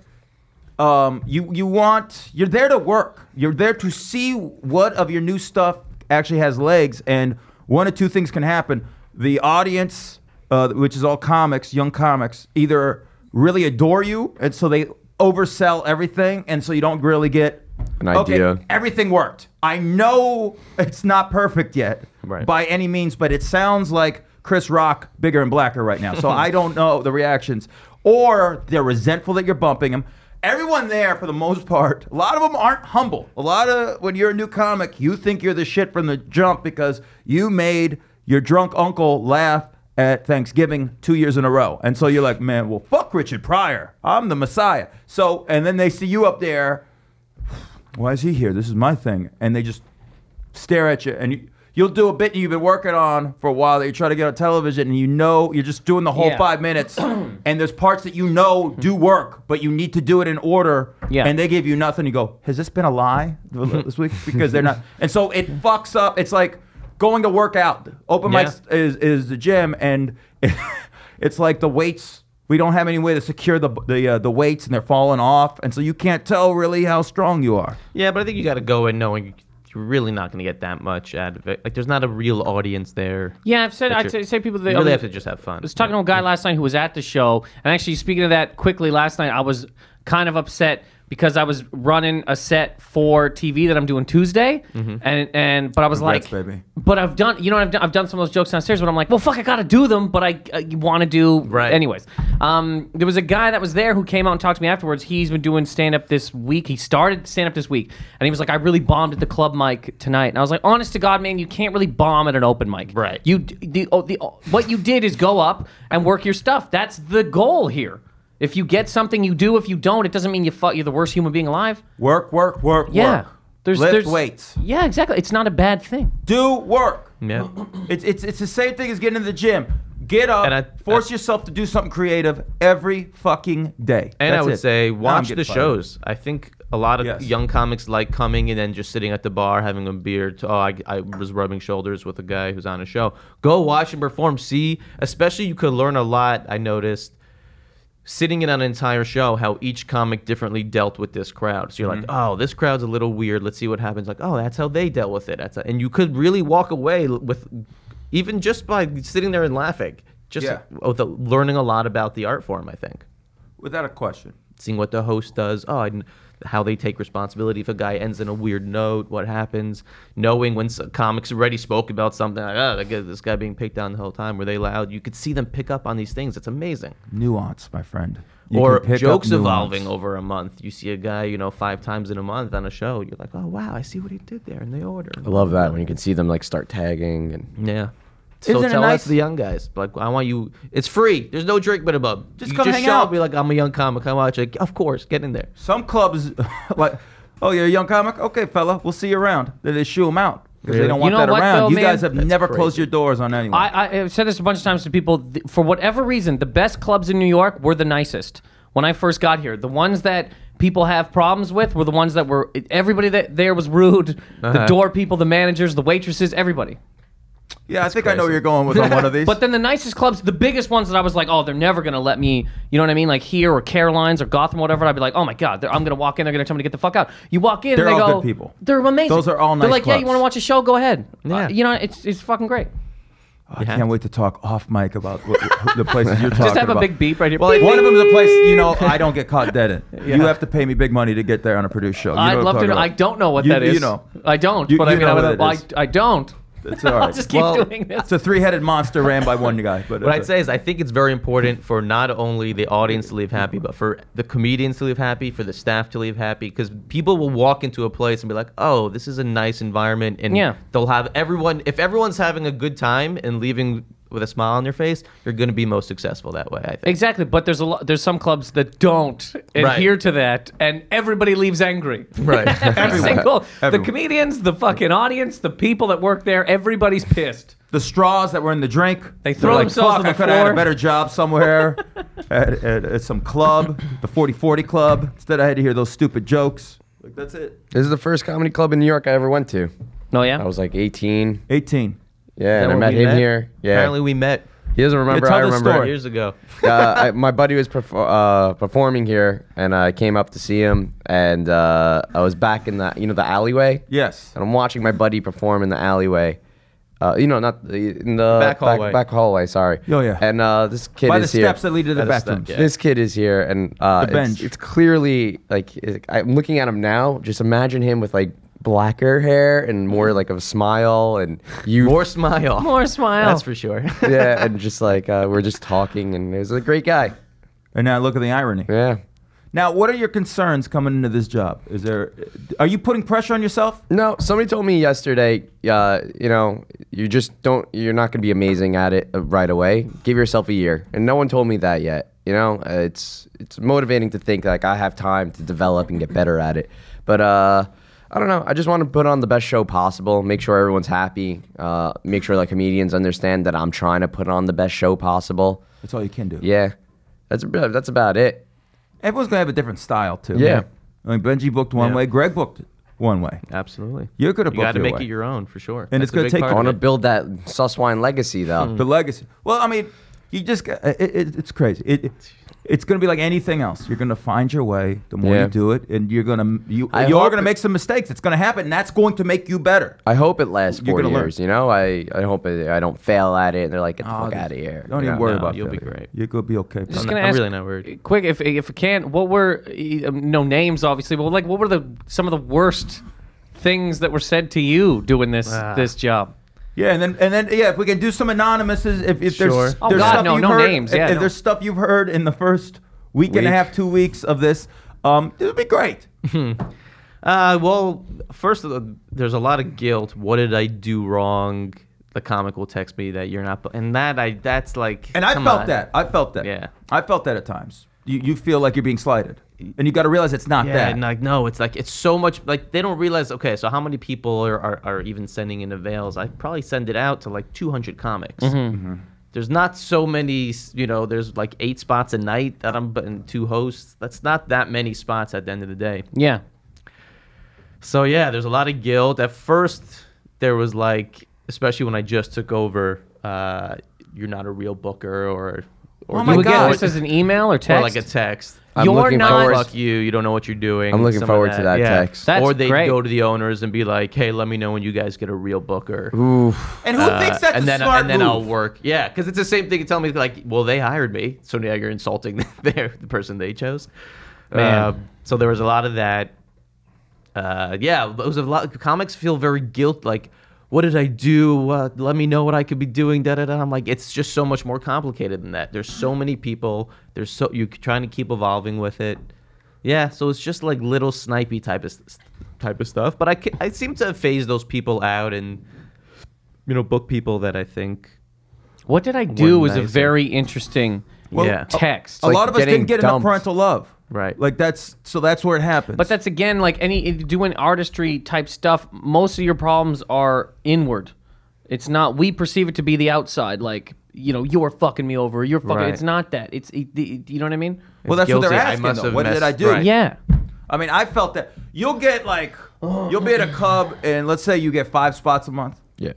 um, you you want you're there to work. You're there to see what of your new stuff actually has legs, and one of two things can happen: the audience, uh, which is all comics, young comics, either really adore you, and so they oversell everything, and so you don't really get
An
Okay,
idea.
everything worked. I know it's not perfect yet
Right.
by any means, but it sounds like Chris Rock bigger and blacker right now. So I don't know the reactions. Or they're resentful that you're bumping them. Everyone there, for the most part, a lot of them aren't humble. A lot of when you're a new comic, you think you're the shit from the jump because you made your drunk uncle laugh at Thanksgiving two years in a row. And so you're like, man, well, fuck Richard Pryor. I'm the Messiah. So, and then they see you up there why is he here? This is my thing. And they just stare at you and you, you'll do a bit you've been working on for a while that you try to get on television and you know you're just doing the whole
Yeah.
five minutes and there's parts that you know do work, but you need to do it in order.
Yeah.
And they give you nothing. You go, has this been a lie this week? Because they're not. And so it fucks up. It's like going to work out. Open
Yeah.
mics is is the gym, and it's like the weights. We don't have any way to secure the the uh, the weights, and they're falling off, and so you can't tell really how strong you are.
yeah, but I think you got to go in knowing you're really not gonna get that much out of it. Like there's not a real audience there.
Yeah, I've said
But
I
you're-
say, say people that
You really have to just have fun.
I was talking to a guy last night who was at the show, and actually speaking of that quickly, last night I was kind of upset because I was running a set for TV that I'm doing Tuesday, and and but I was
Congrats,
like,
baby.
but I've done you know I've done, I've done some of those jokes downstairs, but I'm like, well, fuck, I gotta do them, but I, I want to do
Right.
Anyways, um, there was a guy that was there who came out and talked to me afterwards. He's been doing stand up this week. He started stand up this week, and he was like, I really bombed at the club mic tonight, and I was like, honest to God, man, you can't really bomb at an open mic,
Right.
You d- the oh, the oh, what you did is go up and work your stuff. That's the goal here. If you get something, you do. If you don't, it doesn't mean you fuck. You're the worst human being alive.
Work, work, work,
Yeah.
work.
There's,
Lift
there's
weights.
Yeah, exactly. It's not a bad thing.
Do work.
Yeah.
It's, it's, it's the same thing as getting in the gym. Get up,
And I-
force
I-
yourself to do something creative every fucking day.
And I
That's
would
it.
say
Now I'm
watch the
getting fired.
shows. I think a lot of
Yes.
young comics like coming and then just sitting at the bar having a beer. To, oh, I, I was rubbing shoulders with a guy who's on a show. Go watch and perform. See, especially you could learn a lot. I noticed sitting in on an entire show how each comic differently dealt with this crowd. So you're
Mm-hmm.
like, oh, this crowd's a little weird. Let's see what happens. Like, oh, that's how they dealt with it. That's how, and you could really walk away l- with even just by sitting there and laughing. Just
Yeah.
with a- learning a lot about the art form, I think
Without a question.
seeing what the host does. Oh, and how they take responsibility if a guy ends in a weird note, what happens? Knowing when s comics already spoke about something, like oh, that guy- this guy being picked on the whole time, were they loud? You could see them pick up on these things. It's amazing.
Nuance, my friend. You
or
can pick up
jokes
nuance.
evolving over a month. You see a guy, you know, five times in a month on a show. You're like, oh wow, I see what he did there in the order.
I love that when you can see them like start tagging and
Yeah. So
Isn't it
tell
nice-
us the young guys. Like I want you. It's free. There's no drink but a bub.
Just
You
come hang
show
out.
up, Be like, I'm a young comic. I watch. Like, of course, get in there.
Some clubs, like, oh, you're a young comic? Okay, fella, we'll see you around. They, they shoo them out because they
Really?
don't want
You know
that
what,
around.
though,
you
man?
guys have
That's
never
crazy.
closed your doors on anyone.
I, I- I've said this a bunch of times to people. th- For whatever reason, the best clubs in New York were the nicest when I first got here. The ones that people have problems with were the ones that were everybody that there was rude. The
Uh-huh.
door people, the managers, the waitresses, everybody.
yeah, I think I know where you're going with on one of these.
But then the nicest clubs, the biggest ones that I was like, oh, they're never gonna let me, you know what I mean? Like here or Caroline's or Gotham, whatever. I'd be like, oh my god, they're- I'm gonna walk in, they're gonna tell me to get the fuck out. You walk in,
They're
and they
all
go,
good people.
They're amazing.
Those are all
They're
nice
like, yeah, you
clubs.
want to watch a show? Go ahead.
Yeah.
Uh, you know, it's it's fucking great.
I can't wait to talk off mic about what, who- the places you're talking
Just have
about.
a big beep right here.
Like,
Beep.
one of them's a place you know I don't get caught dead in. You have to pay me big money to get there on a produced show. You know
I'd
what I'm
love to
talking
know.
about.
I don't know what
You-
that is.
You know,
I don't.
You-
but
you
I mean,
know
I,
what
would,
it
I,
is.
I don't.
it's all right.
I'll just keep
Well,
doing
it's
this.
a three-headed monster ran by one guy. But
What I'd say is, I think it's very important for not only the audience to leave happy, but for the comedians to leave happy, for the staff to leave happy, because people will walk into a place and be like, "Oh, this is a nice environment," and
Yeah.
they'll have everyone. If everyone's having a good time and leaving with a smile on their face, you're going to be most successful that way. I think.
Exactly, but there's a lot. There's some clubs that don't
Right.
adhere to that, and everybody leaves angry.
Right.
Every
Everyone.
single the
Everyone.
comedians, the fucking audience, the people that work there, everybody's pissed.
the straws that were in the drink.
They throw
They're
themselves
"Fuck,
on the
I could have had
floor."
a better job somewhere at, at, at some club, the 4040 club. Instead, I had to hear those stupid jokes. Like that's it.
this is the first comedy club in New York I ever went to.
No, yeah.
I was like 18.
18.
Is
Yeah,
that
and I
where
met
we
him here. Yeah,
Apparently, we met
he doesn't remember.
tell
I
the
remember.
story.
years ago.
uh, I, my buddy was perfor- uh, performing here, and I came up to see him, and uh, I was back in the you know the alleyway.
Yes.
And I'm watching my buddy perform in the alleyway. Uh, you know, not the, in the
Back hallway.
Back, hallway. Sorry.
Oh, yeah.
And uh, this kid
By the
is here.
steps that lead to the
By the step,
bathrooms.
yeah.
This kid is here, and
The
uh, it's,
bench.
it's clearly like it- I'm looking at him now. Just imagine him with like blacker hair and more like of a smile and you
More smile.
More smile.
That's for sure.
yeah, and just like uh, we're just talking, and it was a great guy.
And now look at the irony.
Yeah.
Now, what are your concerns coming into this job? Is there, are you putting pressure on yourself?
No, somebody told me yesterday. Uh, you know, you just don't. You're not gonna be amazing at it uh, right away. Give yourself a year, and no one told me that yet. You know, uh, it's it's motivating to think like I have time to develop and get better at it. But uh, I don't know. I just want to put on the best show possible. Make sure everyone's happy. Uh, make sure like comedians understand that I'm trying to put on the best show possible.
That's all you can do.
Yeah, that's ab- that's about it.
Everyone's gonna have a different style too.
Yeah.
I mean, Benji booked one
Yeah.
way. Greg booked one way.
Absolutely.
You're gonna
You
book
got to
your
make
way.
it your own for sure.
And it's
That's
gonna
a big
take-
part
I
of
want to
it.
build that Susswine legacy though.
Hmm. uh, The legacy. Well, I mean, you just got- it, it, it's crazy. It, it- It's gonna be like anything else. You're gonna find your way the more
Yeah.
you do it, and you're gonna you
I
you are
hope
gonna
it-
make some mistakes. It's gonna happen, and that's going to make you better.
I hope it lasts
You're
40
gonna learn.
years. You know, I, I hope it, I don't fail at it and they're like, get the
Oh,
fuck
this-
out of here.
Don't
you
even
know?
worry
no,
about
you'll
failure.
be great.
You're gonna be okay.
I'm,
Just
not,
gonna
I'm
ask-
really not worried.
Quick, if if I can, what were eh, um, no names obviously, but like what were the some of the worst things that were said to you doing this
Ah.
this job?
Yeah, and then and then yeah, if we can do some anonymouses, if, if
Sure.
there's,
Oh,
there's
God,
stuff
no,
you've
no
heard,
names,
if-
yeah,
if
no.
there's stuff you've heard in the first week, and a
Week.
half, two weeks of this, um, it would be great.
Uh, well, first, of the- there's a lot of guilt. What did I do wrong? The comic will text me that you're not, and that I that's like,
And I
come
felt
on.
that. I felt that.
Yeah.
I felt that at times. You you feel like you're being slighted, and you got to realize it's not
Yeah,
that.
and like no, it's like it's so much. Like they don't realize. Okay, so how many people are, are, are even sending in avails? I probably send it out to like 200 comics.
Mm-hmm.
There's not so many. s- You know, there's like eight spots a night that I'm putting two hosts. That's not that many spots at the end of the day.
Yeah,
So yeah, there's a lot of guilt. At first, there was like, especially when I just took over, uh, you're not a real booker, or
Oh
or,
you
my
would
God.
get this as an email or
or
text.
like a text.
I'm
You're
looking
not-
forward.
Fuck you! You don't know what you're doing.
I'm looking
some of
forward to that text.
That's
or they
great.
go to the owners and be like, "Hey, let me know when you guys get a real booker."
and who
Uh,
thinks that's
and
a
then
smart
and then
move?
I'll work. Yeah, because it's the same thing. Tell me like, well, they hired me, so now you're insulting their the person they chose.
Man.
Um, so there was a lot of that. Uh, yeah, it was a lot. Comics feel very guilt. Like, what did I do? Uh, let me know what I could be doing. Da da da. I'm like, it's just so much more complicated than that. There's so many people. There's so you're trying to keep evolving with it. Yeah, so it's just like little snipey type of s- type of stuff. But I, ca- I seem to phase those people out and you know book people that I think.
what did I do? Is a
nicer.
very interesting
yeah.
text.
A lot of us
getting
didn't get enough
dumped.
parental love.
Right.
Like that's so that's where it happens.
But that's again like any doing artistry type stuff. Most of your problems are inward. It's not we perceive it to be the outside. Like you know, you're fucking me over. You're fucking.
Right.
It's not that. It's it, it- you know what I mean.
well, that's what they're
guilty. I
asking.
must
Though.
have
What did
messed-
I do?
right.
Yeah.
I mean, I felt that you'll get like you'll be at a club, and let's say you get five spots a month,
Yeah.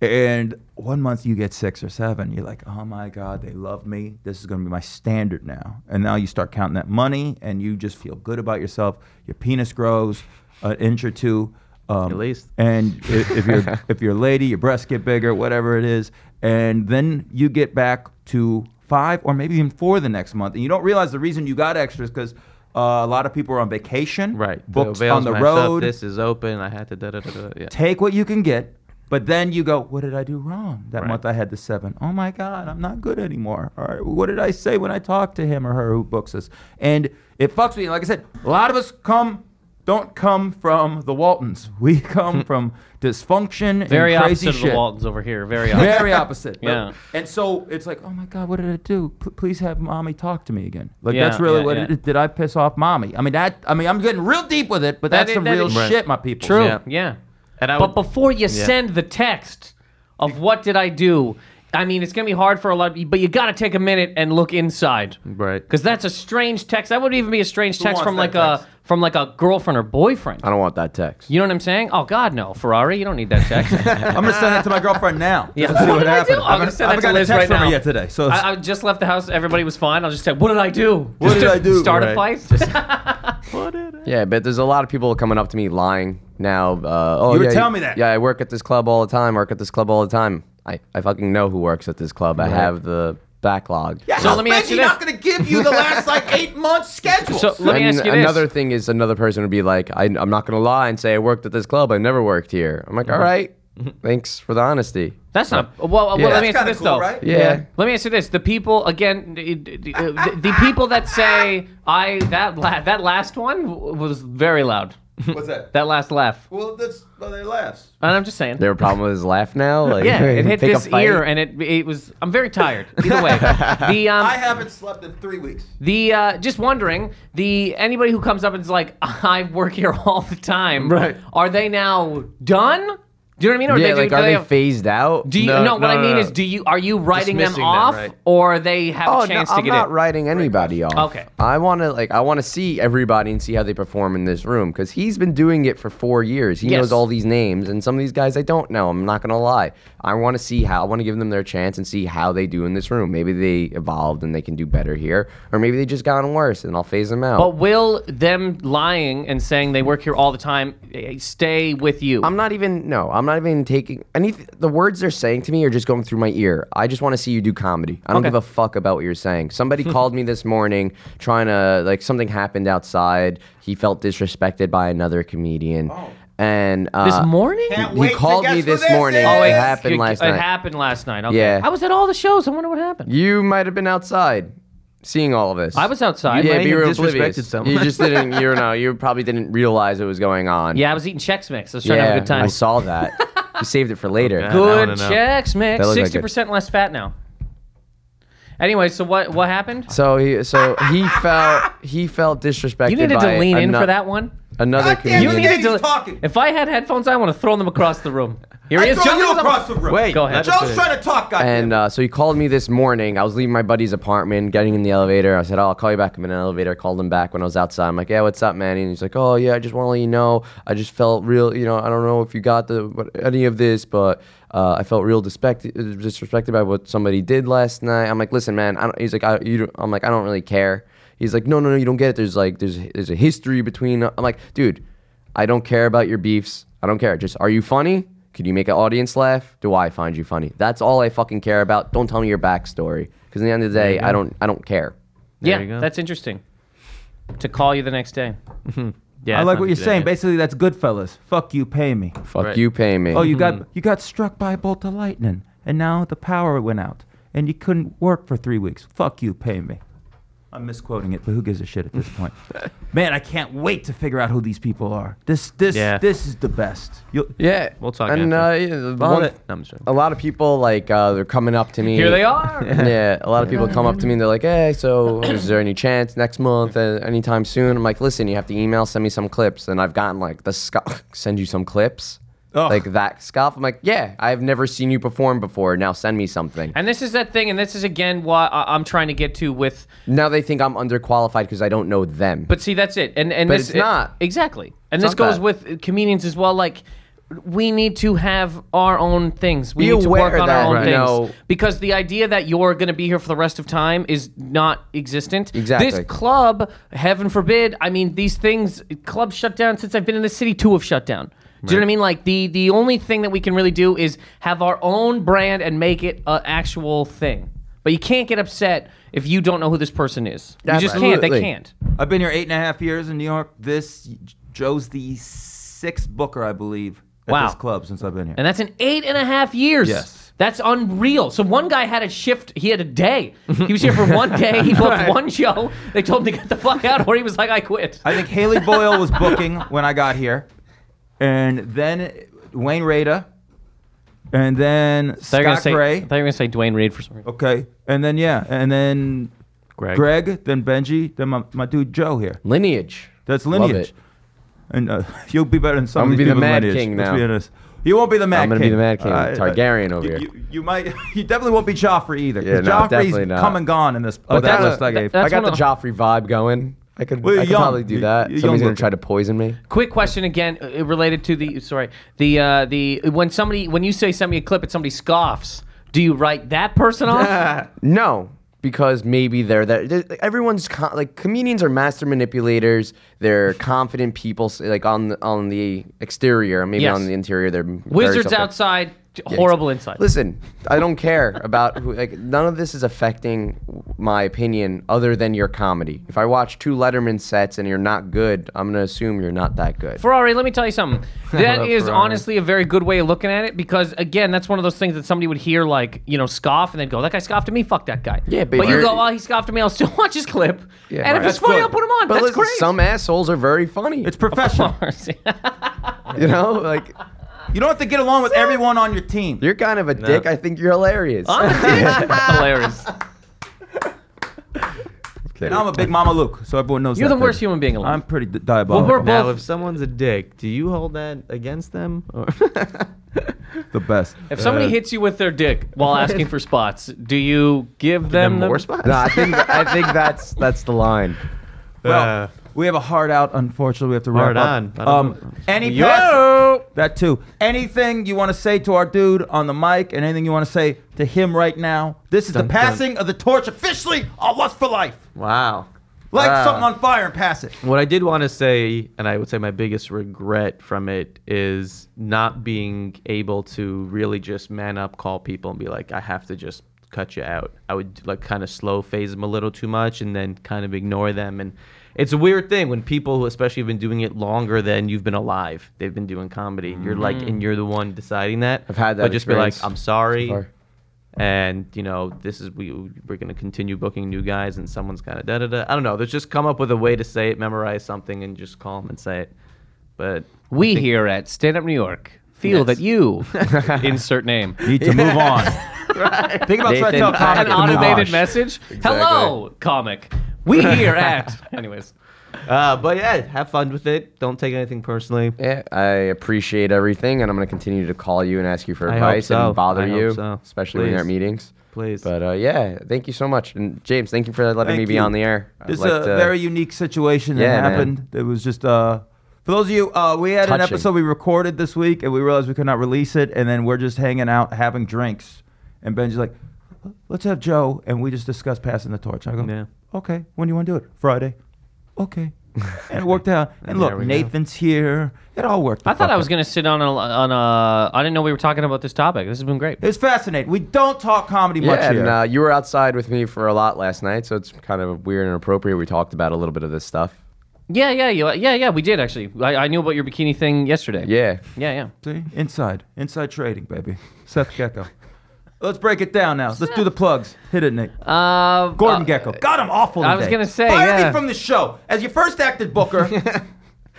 and one month you get six or seven. You're like, oh my god, they love me. This is gonna be my standard now. And now you start counting that money, and you just feel good about yourself. Your penis grows an inch or two, um,
At least.
And i- if you're if you're a lady, your breasts get bigger, whatever it is, and then you get back to five or maybe even four the next month, and you don't realize the reason you got extras because. Uh, a lot of people are on vacation.
Right.
Books
veil's
on the
mashed up,
road.
This is open. I had to da da da da. Yeah.
Take what you can get, but then you go, what did I do wrong? That
Right.
month I had the seven. Oh my God, I'm not good anymore. All right, what did I say when I talked to him or her who books us? And it fucks me. Like I said, a lot of us come. Don't come from the Waltons. We come from dysfunction
Very
and crazy
opposite of the
shit.
Waltons over here. Very opposite.
Very opposite.
Yeah.
And so it's like, oh my God, what did I do? P- please have mommy talk to me again. Like
Yeah,
that's really
yeah,
what
yeah.
it is. Did I piss off mommy? I mean that. I mean I'm getting real deep with it, but
That
that's
is-
some
that
real
is-
shit, my people.
True.
Yeah.
Yeah.
And I
But
would-
before you send the text of what did I do, I mean, it's gonna be hard for a lot of you, but you gotta take a minute and look inside.
Right.
Because that's a strange text. That would even be a strange text
wants
from like
that
a
text?
from like a girlfriend or boyfriend.
I don't want that text.
You know what I'm saying? Oh God, no, Ferrari, you don't need that text.
I'm gonna send that to my girlfriend now.
Yeah.
Yeah. See
What
what,
did I do?
happened.
I'm gonna send
I haven't
that to
gotten a
Liz
text
right
from her
now.
yet today. So it's-
I, I just left the house. Everybody was fine. I'll just say, "What did I do?
What
Just
did
to
I do?
Start a
Right.
fight?
Yeah, but there's a lot of people coming up to me lying now. Uh, oh,
You were
yeah,
telling me that.
Yeah, I work at this club all the time. Work at this club all the time. I, I fucking know who works at this club. I have the backlog.
yeah,
So
so
let me ask you
not
this.
gonna give you the last like eight months schedule.
so let me
and
ask you this.
another thing is another person would be like, I, I'm not gonna lie and say I worked at this club. I never worked here.
Mm-hmm.
I'm like, all right, thanks for the honesty.
That's not. Well, well
Yeah.
let me
That's
ask you this
cool,
though.
right?
Yeah.
Let me ask you this: the people again, the, uh, the, the people that say I that la- that last one w- was very loud.
What's that?
That last laugh, and
Well, that's well, they laughs.
I'm just saying.
There a problem with his laugh now? Like,
yeah, it hit
pick a
this
fight?
ear, and it it was. I'm very tired. Either way, the um,
I haven't slept in three weeks.
The uh, just wondering the anybody who comes up and is like I work here all the time.
Right.
Are they now done Do you know what I mean? Or
yeah,
they,
like
do,
are
do they
they,
have-
phased out?
Do you no,
No,
what
no,
I
no,
mean
no.
is do you are you writing them
Dismissing them,
off
right.
or they have
Oh no,
a chance to
I'm
get
not
in?
writing anybody off.
Okay.
I want to like I want to see everybody and see how they perform in this room because he's been doing it for four years. He
Yes.
knows all these names and some of these guys I don't know. I'm not gonna lie. I want to see how I want to give them their chance and see how they do in this room. Maybe they evolved and they can do better here, or maybe they just gotten worse and I'll phase them out.
But will them lying and saying they work here all the time eh, stay with you?
I'm not even no. I'm not even taking any. The words they're saying to me are just going through my ear. I just want to see you do comedy. I don't
Okay.
give a fuck about what you're saying. Somebody called me this morning trying to like something happened outside. He felt disrespected by another comedian, and uh,
this morning?
Can't
he
wait to
called
guess
me
who
this
this
morning.
is.
Oh,
Oh,
it
it-
happened last
it
night.
happened last night. Okay.
Yeah.
I was at all the shows. I wonder what happened.
You might have been outside, seeing all of this.
I was outside.
Yeah, but
Yeah,
might
you were
have
oblivious.
disrespected someone.
You just didn't. You know. You probably didn't realize it was going on.
I was eating Chex Mix. I was trying to have a good time.
I saw that. you saved it for later.
Okay. I
Good
wanna know.
Chex Mix.
That looked like
Sixty percent less fat now. Anyway, so what what happened?
So he so he felt he felt disrespected.
You needed
by
to lean in
ano-
for that one.
Another
God
comedian.
damn
You
Yeah,
needed
he's
to.
talking.
If I had headphones, I want to throw them across the room. Here he
I
is.
throw
Joe,
you
come on.
across the room.
Wait,
Go
let
ahead.
him
Joe's
finish.
trying to talk, goddamn.
and uh, so he called me this morning. I was leaving my buddy's apartment, getting in the elevator. I said, "Oh, I'll call you back." I'm in an elevator. I called him back when I was outside. I'm like, "Yeah, what's up, man?" And he's like, "Oh, yeah, I just want to let you know. I just felt real. You know, I don't know if you got the what, any of this, but uh, I felt real disrespected, disrespected by what somebody did last night." I'm like, "Listen, man." I don't, he's like, I, you don't, "I'm like, I don't really care." He's like, "No, no, no, you don't get it. There's like, there's there's a history between." I'm like, "Dude." I don't care about your beefs. I don't care. Just are you funny? Can you make an audience laugh? Do I find you funny? That's all I fucking care about. Don't tell me your backstory. Because in the end of the day, I don't I don't care.
There you
Yeah,
go.
that's interesting. To call you the next day.
Yeah,
I
it's
like
not
what
a
you're
good
saying.
idea.
Basically, that's Goodfellas. Fuck you, pay me.
Fuck
Right.
you, pay me.
Oh, you
Mm-hmm.
got you got struck by a bolt of lightning, and now the power went out, and you couldn't work for three weeks. Fuck you, pay me. I'm misquoting it, but who gives a shit at this point? Man, I can't wait to figure out who these people are. This this
Yeah.
this is the best. You'll,
yeah.
We'll talk
And uh,
after.
yeah, the
One
one-
that- no, I'm just joking.
a lot of people like uh, they're coming up to me.
Here they are.
yeah, a lot of people come up to me and they're like, "Hey, so is there any chance next month, uh, anytime soon?" I'm like, "Listen, you have to email, send me some clips." And I've gotten like the scoff, send you some clips,
Ugh.
like that scoff. I'm like, "Yeah, I've never seen you perform before. Now send me something."
And this is that thing, and this is again what I- I'm trying to get to with.
Now they think I'm underqualified because I don't know them.
But see, that's it. And and
But
this,
it's not.
exactly. And
It's
this
not
goes
that.
with comedians as well. Like we need to have our own things. We
Be
need to
aware
work on
that,
our own
you
things
know-
because the idea that you're going to be here for the rest of time is not existent.
Exactly.
This club, heaven forbid. I mean, these things. Clubs shut down since I've been in the city. Two have shut down. Do you know what I mean? Like the the only thing that we can really do is have our own brand and make it an actual thing. But you can't get upset if you don't know who this person is. You just can't. They
Absolutely.
can't.
I've been here eight and a half years in New York. This Joe's the sixth booker, I believe, at
Wow.
this club since I've been here.
And that's in eight and a half years.
Yes.
That's unreal. So one guy had a shift. He had a day.
Mm-hmm.
He was here for one day. He booked one show. They told him to get the fuck out, or he was like, "I quit."
I think Haley Boyle was booking when I got here, and then Wayne Rada, and then Scott Gray.
you were gonna say Dwayne Reed for some reason.
Okay, and then yeah, and then
Greg.
Greg, then Benji, then my, my dude Joe here.
lineage.
That's
Love
lineage.
it.
And uh, you'll be better than some
I'm
of these
gonna
people's
be the Mad
lineage,
King
let's
now.
be honest. You won't be the Mad
I'm
King. Uh,
gonna be the Mad King, Targaryen over
you,
here.
You, you might. You definitely won't be Joffrey either. 'cause
Yeah, no, definitely
Joffrey's
not.
come and gone in this. Of that
kinda-
list I gave.
That's
I got
one
the
of-
Joffrey vibe going. I could,
Well,
I could
young.
probably do
You-
that.
you're
Somebody's
young
gonna try to
looking.
poison me.
Quick question again, uh, related to the sorry, the uh, the when somebody when you say send me a clip and somebody scoffs, do you write that person off?
No, because maybe they're that. they're- Everyone's con- like comedians are master manipulators. They're confident people, s- like on the, on the exterior, maybe
Yes.
on the interior. They're very
Wizards
self-
outside, horrible inside.
Listen, I don't care about who. Like none of this is affecting my opinion, other than your comedy. If I watch two Letterman sets and you're not good, I'm gonna assume you're not that good.
Ferrari, let me tell you something. That
love
is
Ferrari.
honestly a very good way of looking at it because, again, that's one of those things that somebody would hear, like, you know, scoff and then go, that guy scoffed at me, fuck that guy.
Yeah, but
you
you're-
go, oh, he scoffed at me, I'll still watch his clip.
Yeah,
and
right.
if it's
That's
funny,
good.
I'll put him on.
but
that's
listen,
great.
some assholes are very funny.
it's professional.
you know, like
You don't have to get along with everyone on your team.
you're kind of a dick. I think you're hilarious.
Hilarious.
Okay.
And I'm a big Mama Luke, so everyone knows.
You're
that
the worst
too.
human being alive.
I'm pretty d- diabolical.
Well, we're-
Now,
both-
if someone's a dick, do you hold that against them? Or
the best.
If
Uh,
somebody hits you with their dick while asking for spots, do you give them, the-
more spots.
No, I think I think that's that's the line.
Well, we have a hard out. Unfortunately, we have to wrap
Hard
up.
on. I don't
Um,
know.
any
Yo!
pass- that too. Anything you want to say to our dude on the mic, and anything you want to say to him right now. This is
Dun,
the
dun.
passing of the torch officially on Lust for Life.
wow.
Like
Wow.
something on fire and pass it.
What I did want to say, and I would say my biggest regret from it is not being able to really just man up, call people, and be like, I have to just cut you out. I would like kind of slow phase them a little too much, and then kind of ignore them. And it's a weird thing when people, who especially have been doing it longer than you've been alive, they've been doing comedy. You're like, and you're the one deciding that.
Mm. I've had that
But just be like,
experience
I'm
so
sorry
far.
and you know this is we we're gonna continue booking new guys and someone's gotta da da da. I don't know. There's just come up with a way to say it, memorize something, and just call them and say it. But
We here at Stand Up New York feel that you insert name.
Need to move on. Think about trying to tell
An
comedy to move
automated
on.
message. Hello, comic. We here at. Anyways,
uh, but yeah, have fun with it. Don't take anything personally.
Yeah, I appreciate everything, and I'm gonna continue to call you and ask you for
I hope
advice
so.
and bother
I hope
you,
so.
especially when you're at
Please.
meetings.
Please.
But uh, yeah, thank you so much, and James, thank you for letting
Thank
me be
you.
on the air. I'd
This is
like
a
to-
very unique situation that
Yeah, man.
happened. It was just uh, for those of you, uh, we had an
Touching.
episode we recorded this week, and we realized we could not release it, and then we're just hanging out having drinks, and Benji's like, "Let's have Joe," and we just discussed passing the torch. I go,
Yeah.
"Okay, when do you want to do it? Friday, okay." and it worked out. And,
there
look,
we go.
Nathan's here. It all worked. the
I thought
fuck
I
out.
was gonna sit on a, on a. I didn't know we were talking about this topic. This has been great.
It's fascinating. We don't talk comedy much
Yeah,
here.
and uh, you were outside with me for a lot last night, so it's kind of weird and appropriate. We talked about a little bit of this stuff.
Yeah, yeah, you- yeah, yeah. We did actually. I, I knew about your bikini thing yesterday.
Yeah,
yeah, yeah.
See? Inside. Inside trading, baby. Seth Gecko. Let's break it down now. Let's do the plugs. Hit it, Nate.
Uh,
Gordon
uh,
Gecko. God, I'm awful
I was
today.
gonna say,
Fire
yeah.
me from the show. As your first acted booker. uh,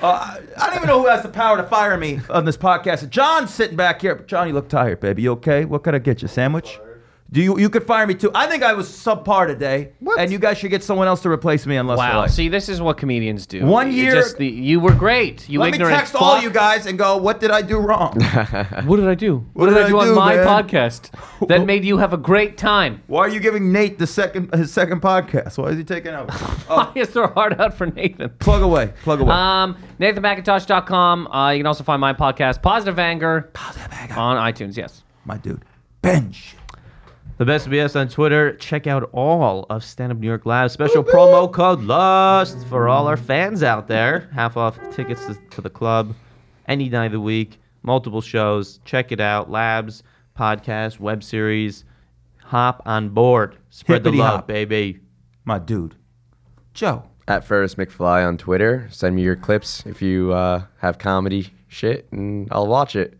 I I don't even know who has the power to fire me on this podcast. John's sitting back here. John, you look tired, baby. You okay? What could I get you? Sandwich? Do you you could fire me too? I think I was subpar today. And you guys should get someone else to replace me unless
Wow. See, this is what comedians do.
One
You
year-
Just the, you were great. You
Let me
ignorant
text all
fuck.
you guys and go, what did I do wrong?
What did I do? What, did, I do, on my
man?
podcast that made you have a great time?
Why are you giving Nate the second his second podcast? Why is he taking over?
Oh. yes, they're hard out for Nathan.
plug away, plug away.
Uh,
Um, NathanMcIntosh.com. Uh, you can also find my podcast, Positive Anger, Positive Anger. on iTunes. Yes.
My dude, Benj.
The best BS on Twitter. Check out all of Stand Up New York Live. Special promo code LUST for all our fans out there. Half off tickets to, to the club any night of the week. Multiple shows. Check it out. Labs, podcast, web series. Hop on board. Spread the
Hippity
love,
hop.
baby.
My dude, Joe.
at Ferris McFly on Twitter. Send me your clips if you uh, have comedy shit, and I'll watch it.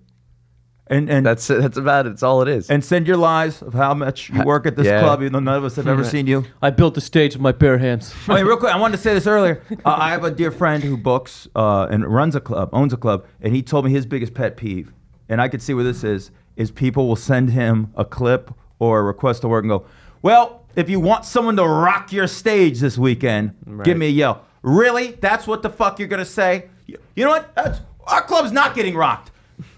And and
That's it. That's about it. That's all it is.
and send your lies of how much you work at this
Yeah.
club, even though none of us have ever seen you.
I built the stage with my bare hands.
I mean, real quick, I wanted to say this earlier. Uh, I have a dear friend who books uh, and runs a club, owns a club, and he told me his biggest pet peeve, and I could see where this is, is people will send him a clip or a request to work and go, well, if you want someone to rock your stage this weekend, give me a yell. Really? That's what the fuck you're gonna say? You you know what? That's, our club's not getting rocked.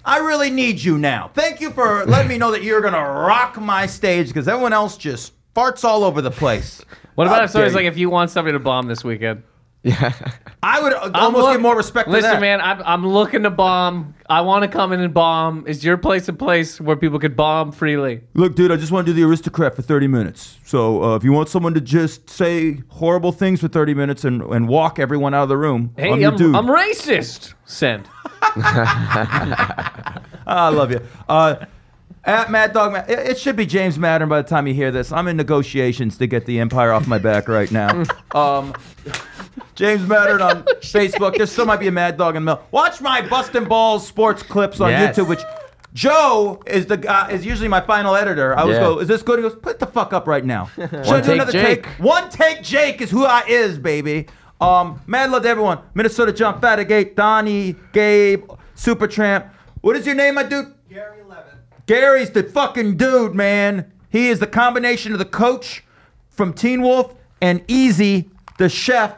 I really need you now. Thank you for letting me know that you're gonna rock my stage because everyone else just farts all over the place.
What about
How
if somebody's
dare Ah,
like,
you.
if you want somebody to bomb this weekend?
I would uh, almost
look-
give more respect
Listen,
to that.
man, I'm, I'm looking to bomb. I want to come in and bomb. Is your place a place where people could bomb freely?
Look, dude, I just want to do the aristocrat for 30 minutes. So uh, if you want someone to just say horrible things for 30 minutes and, and walk everyone out of the room,
Hey,
I'm
I'm,
your dude.
I'm racist. Send.
I love you. Uh, at Mad Dog, Ma- it, it should be James Madden by the time you hear this. I'm in negotiations to get the empire off my back right now. Um, James Madden on Facebook. There still might be a Mad Dog in the middle. Watch my Bustin' Balls sports clips on
Yes.
YouTube, which Joe is the guy is usually my final editor. I always
Yeah.
go, "Is this good?" He goes, "Put the fuck up right now." Should I do
take
another
Jake.
take? One take Jake is who I is, baby. Um, mad love to everyone. Minnesota Jump, Fatigate, Donnie, Gabe, Supertramp. What is your name, my dude?
Gary Levin.
Gary's the fucking dude, man. He is the combination of the coach from Teen Wolf and Easy, the chef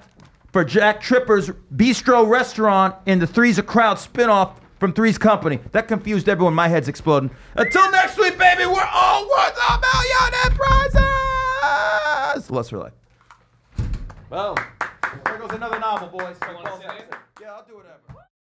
for Jack Tripper's Bistro Restaurant in the Three's a Crowd spinoff from Three's Company. That confused everyone. My head's exploding. Until next week, baby, we're all worth a million in prizes. Lust for life. Well, there goes another novel, boys. Yeah, I'll do whatever.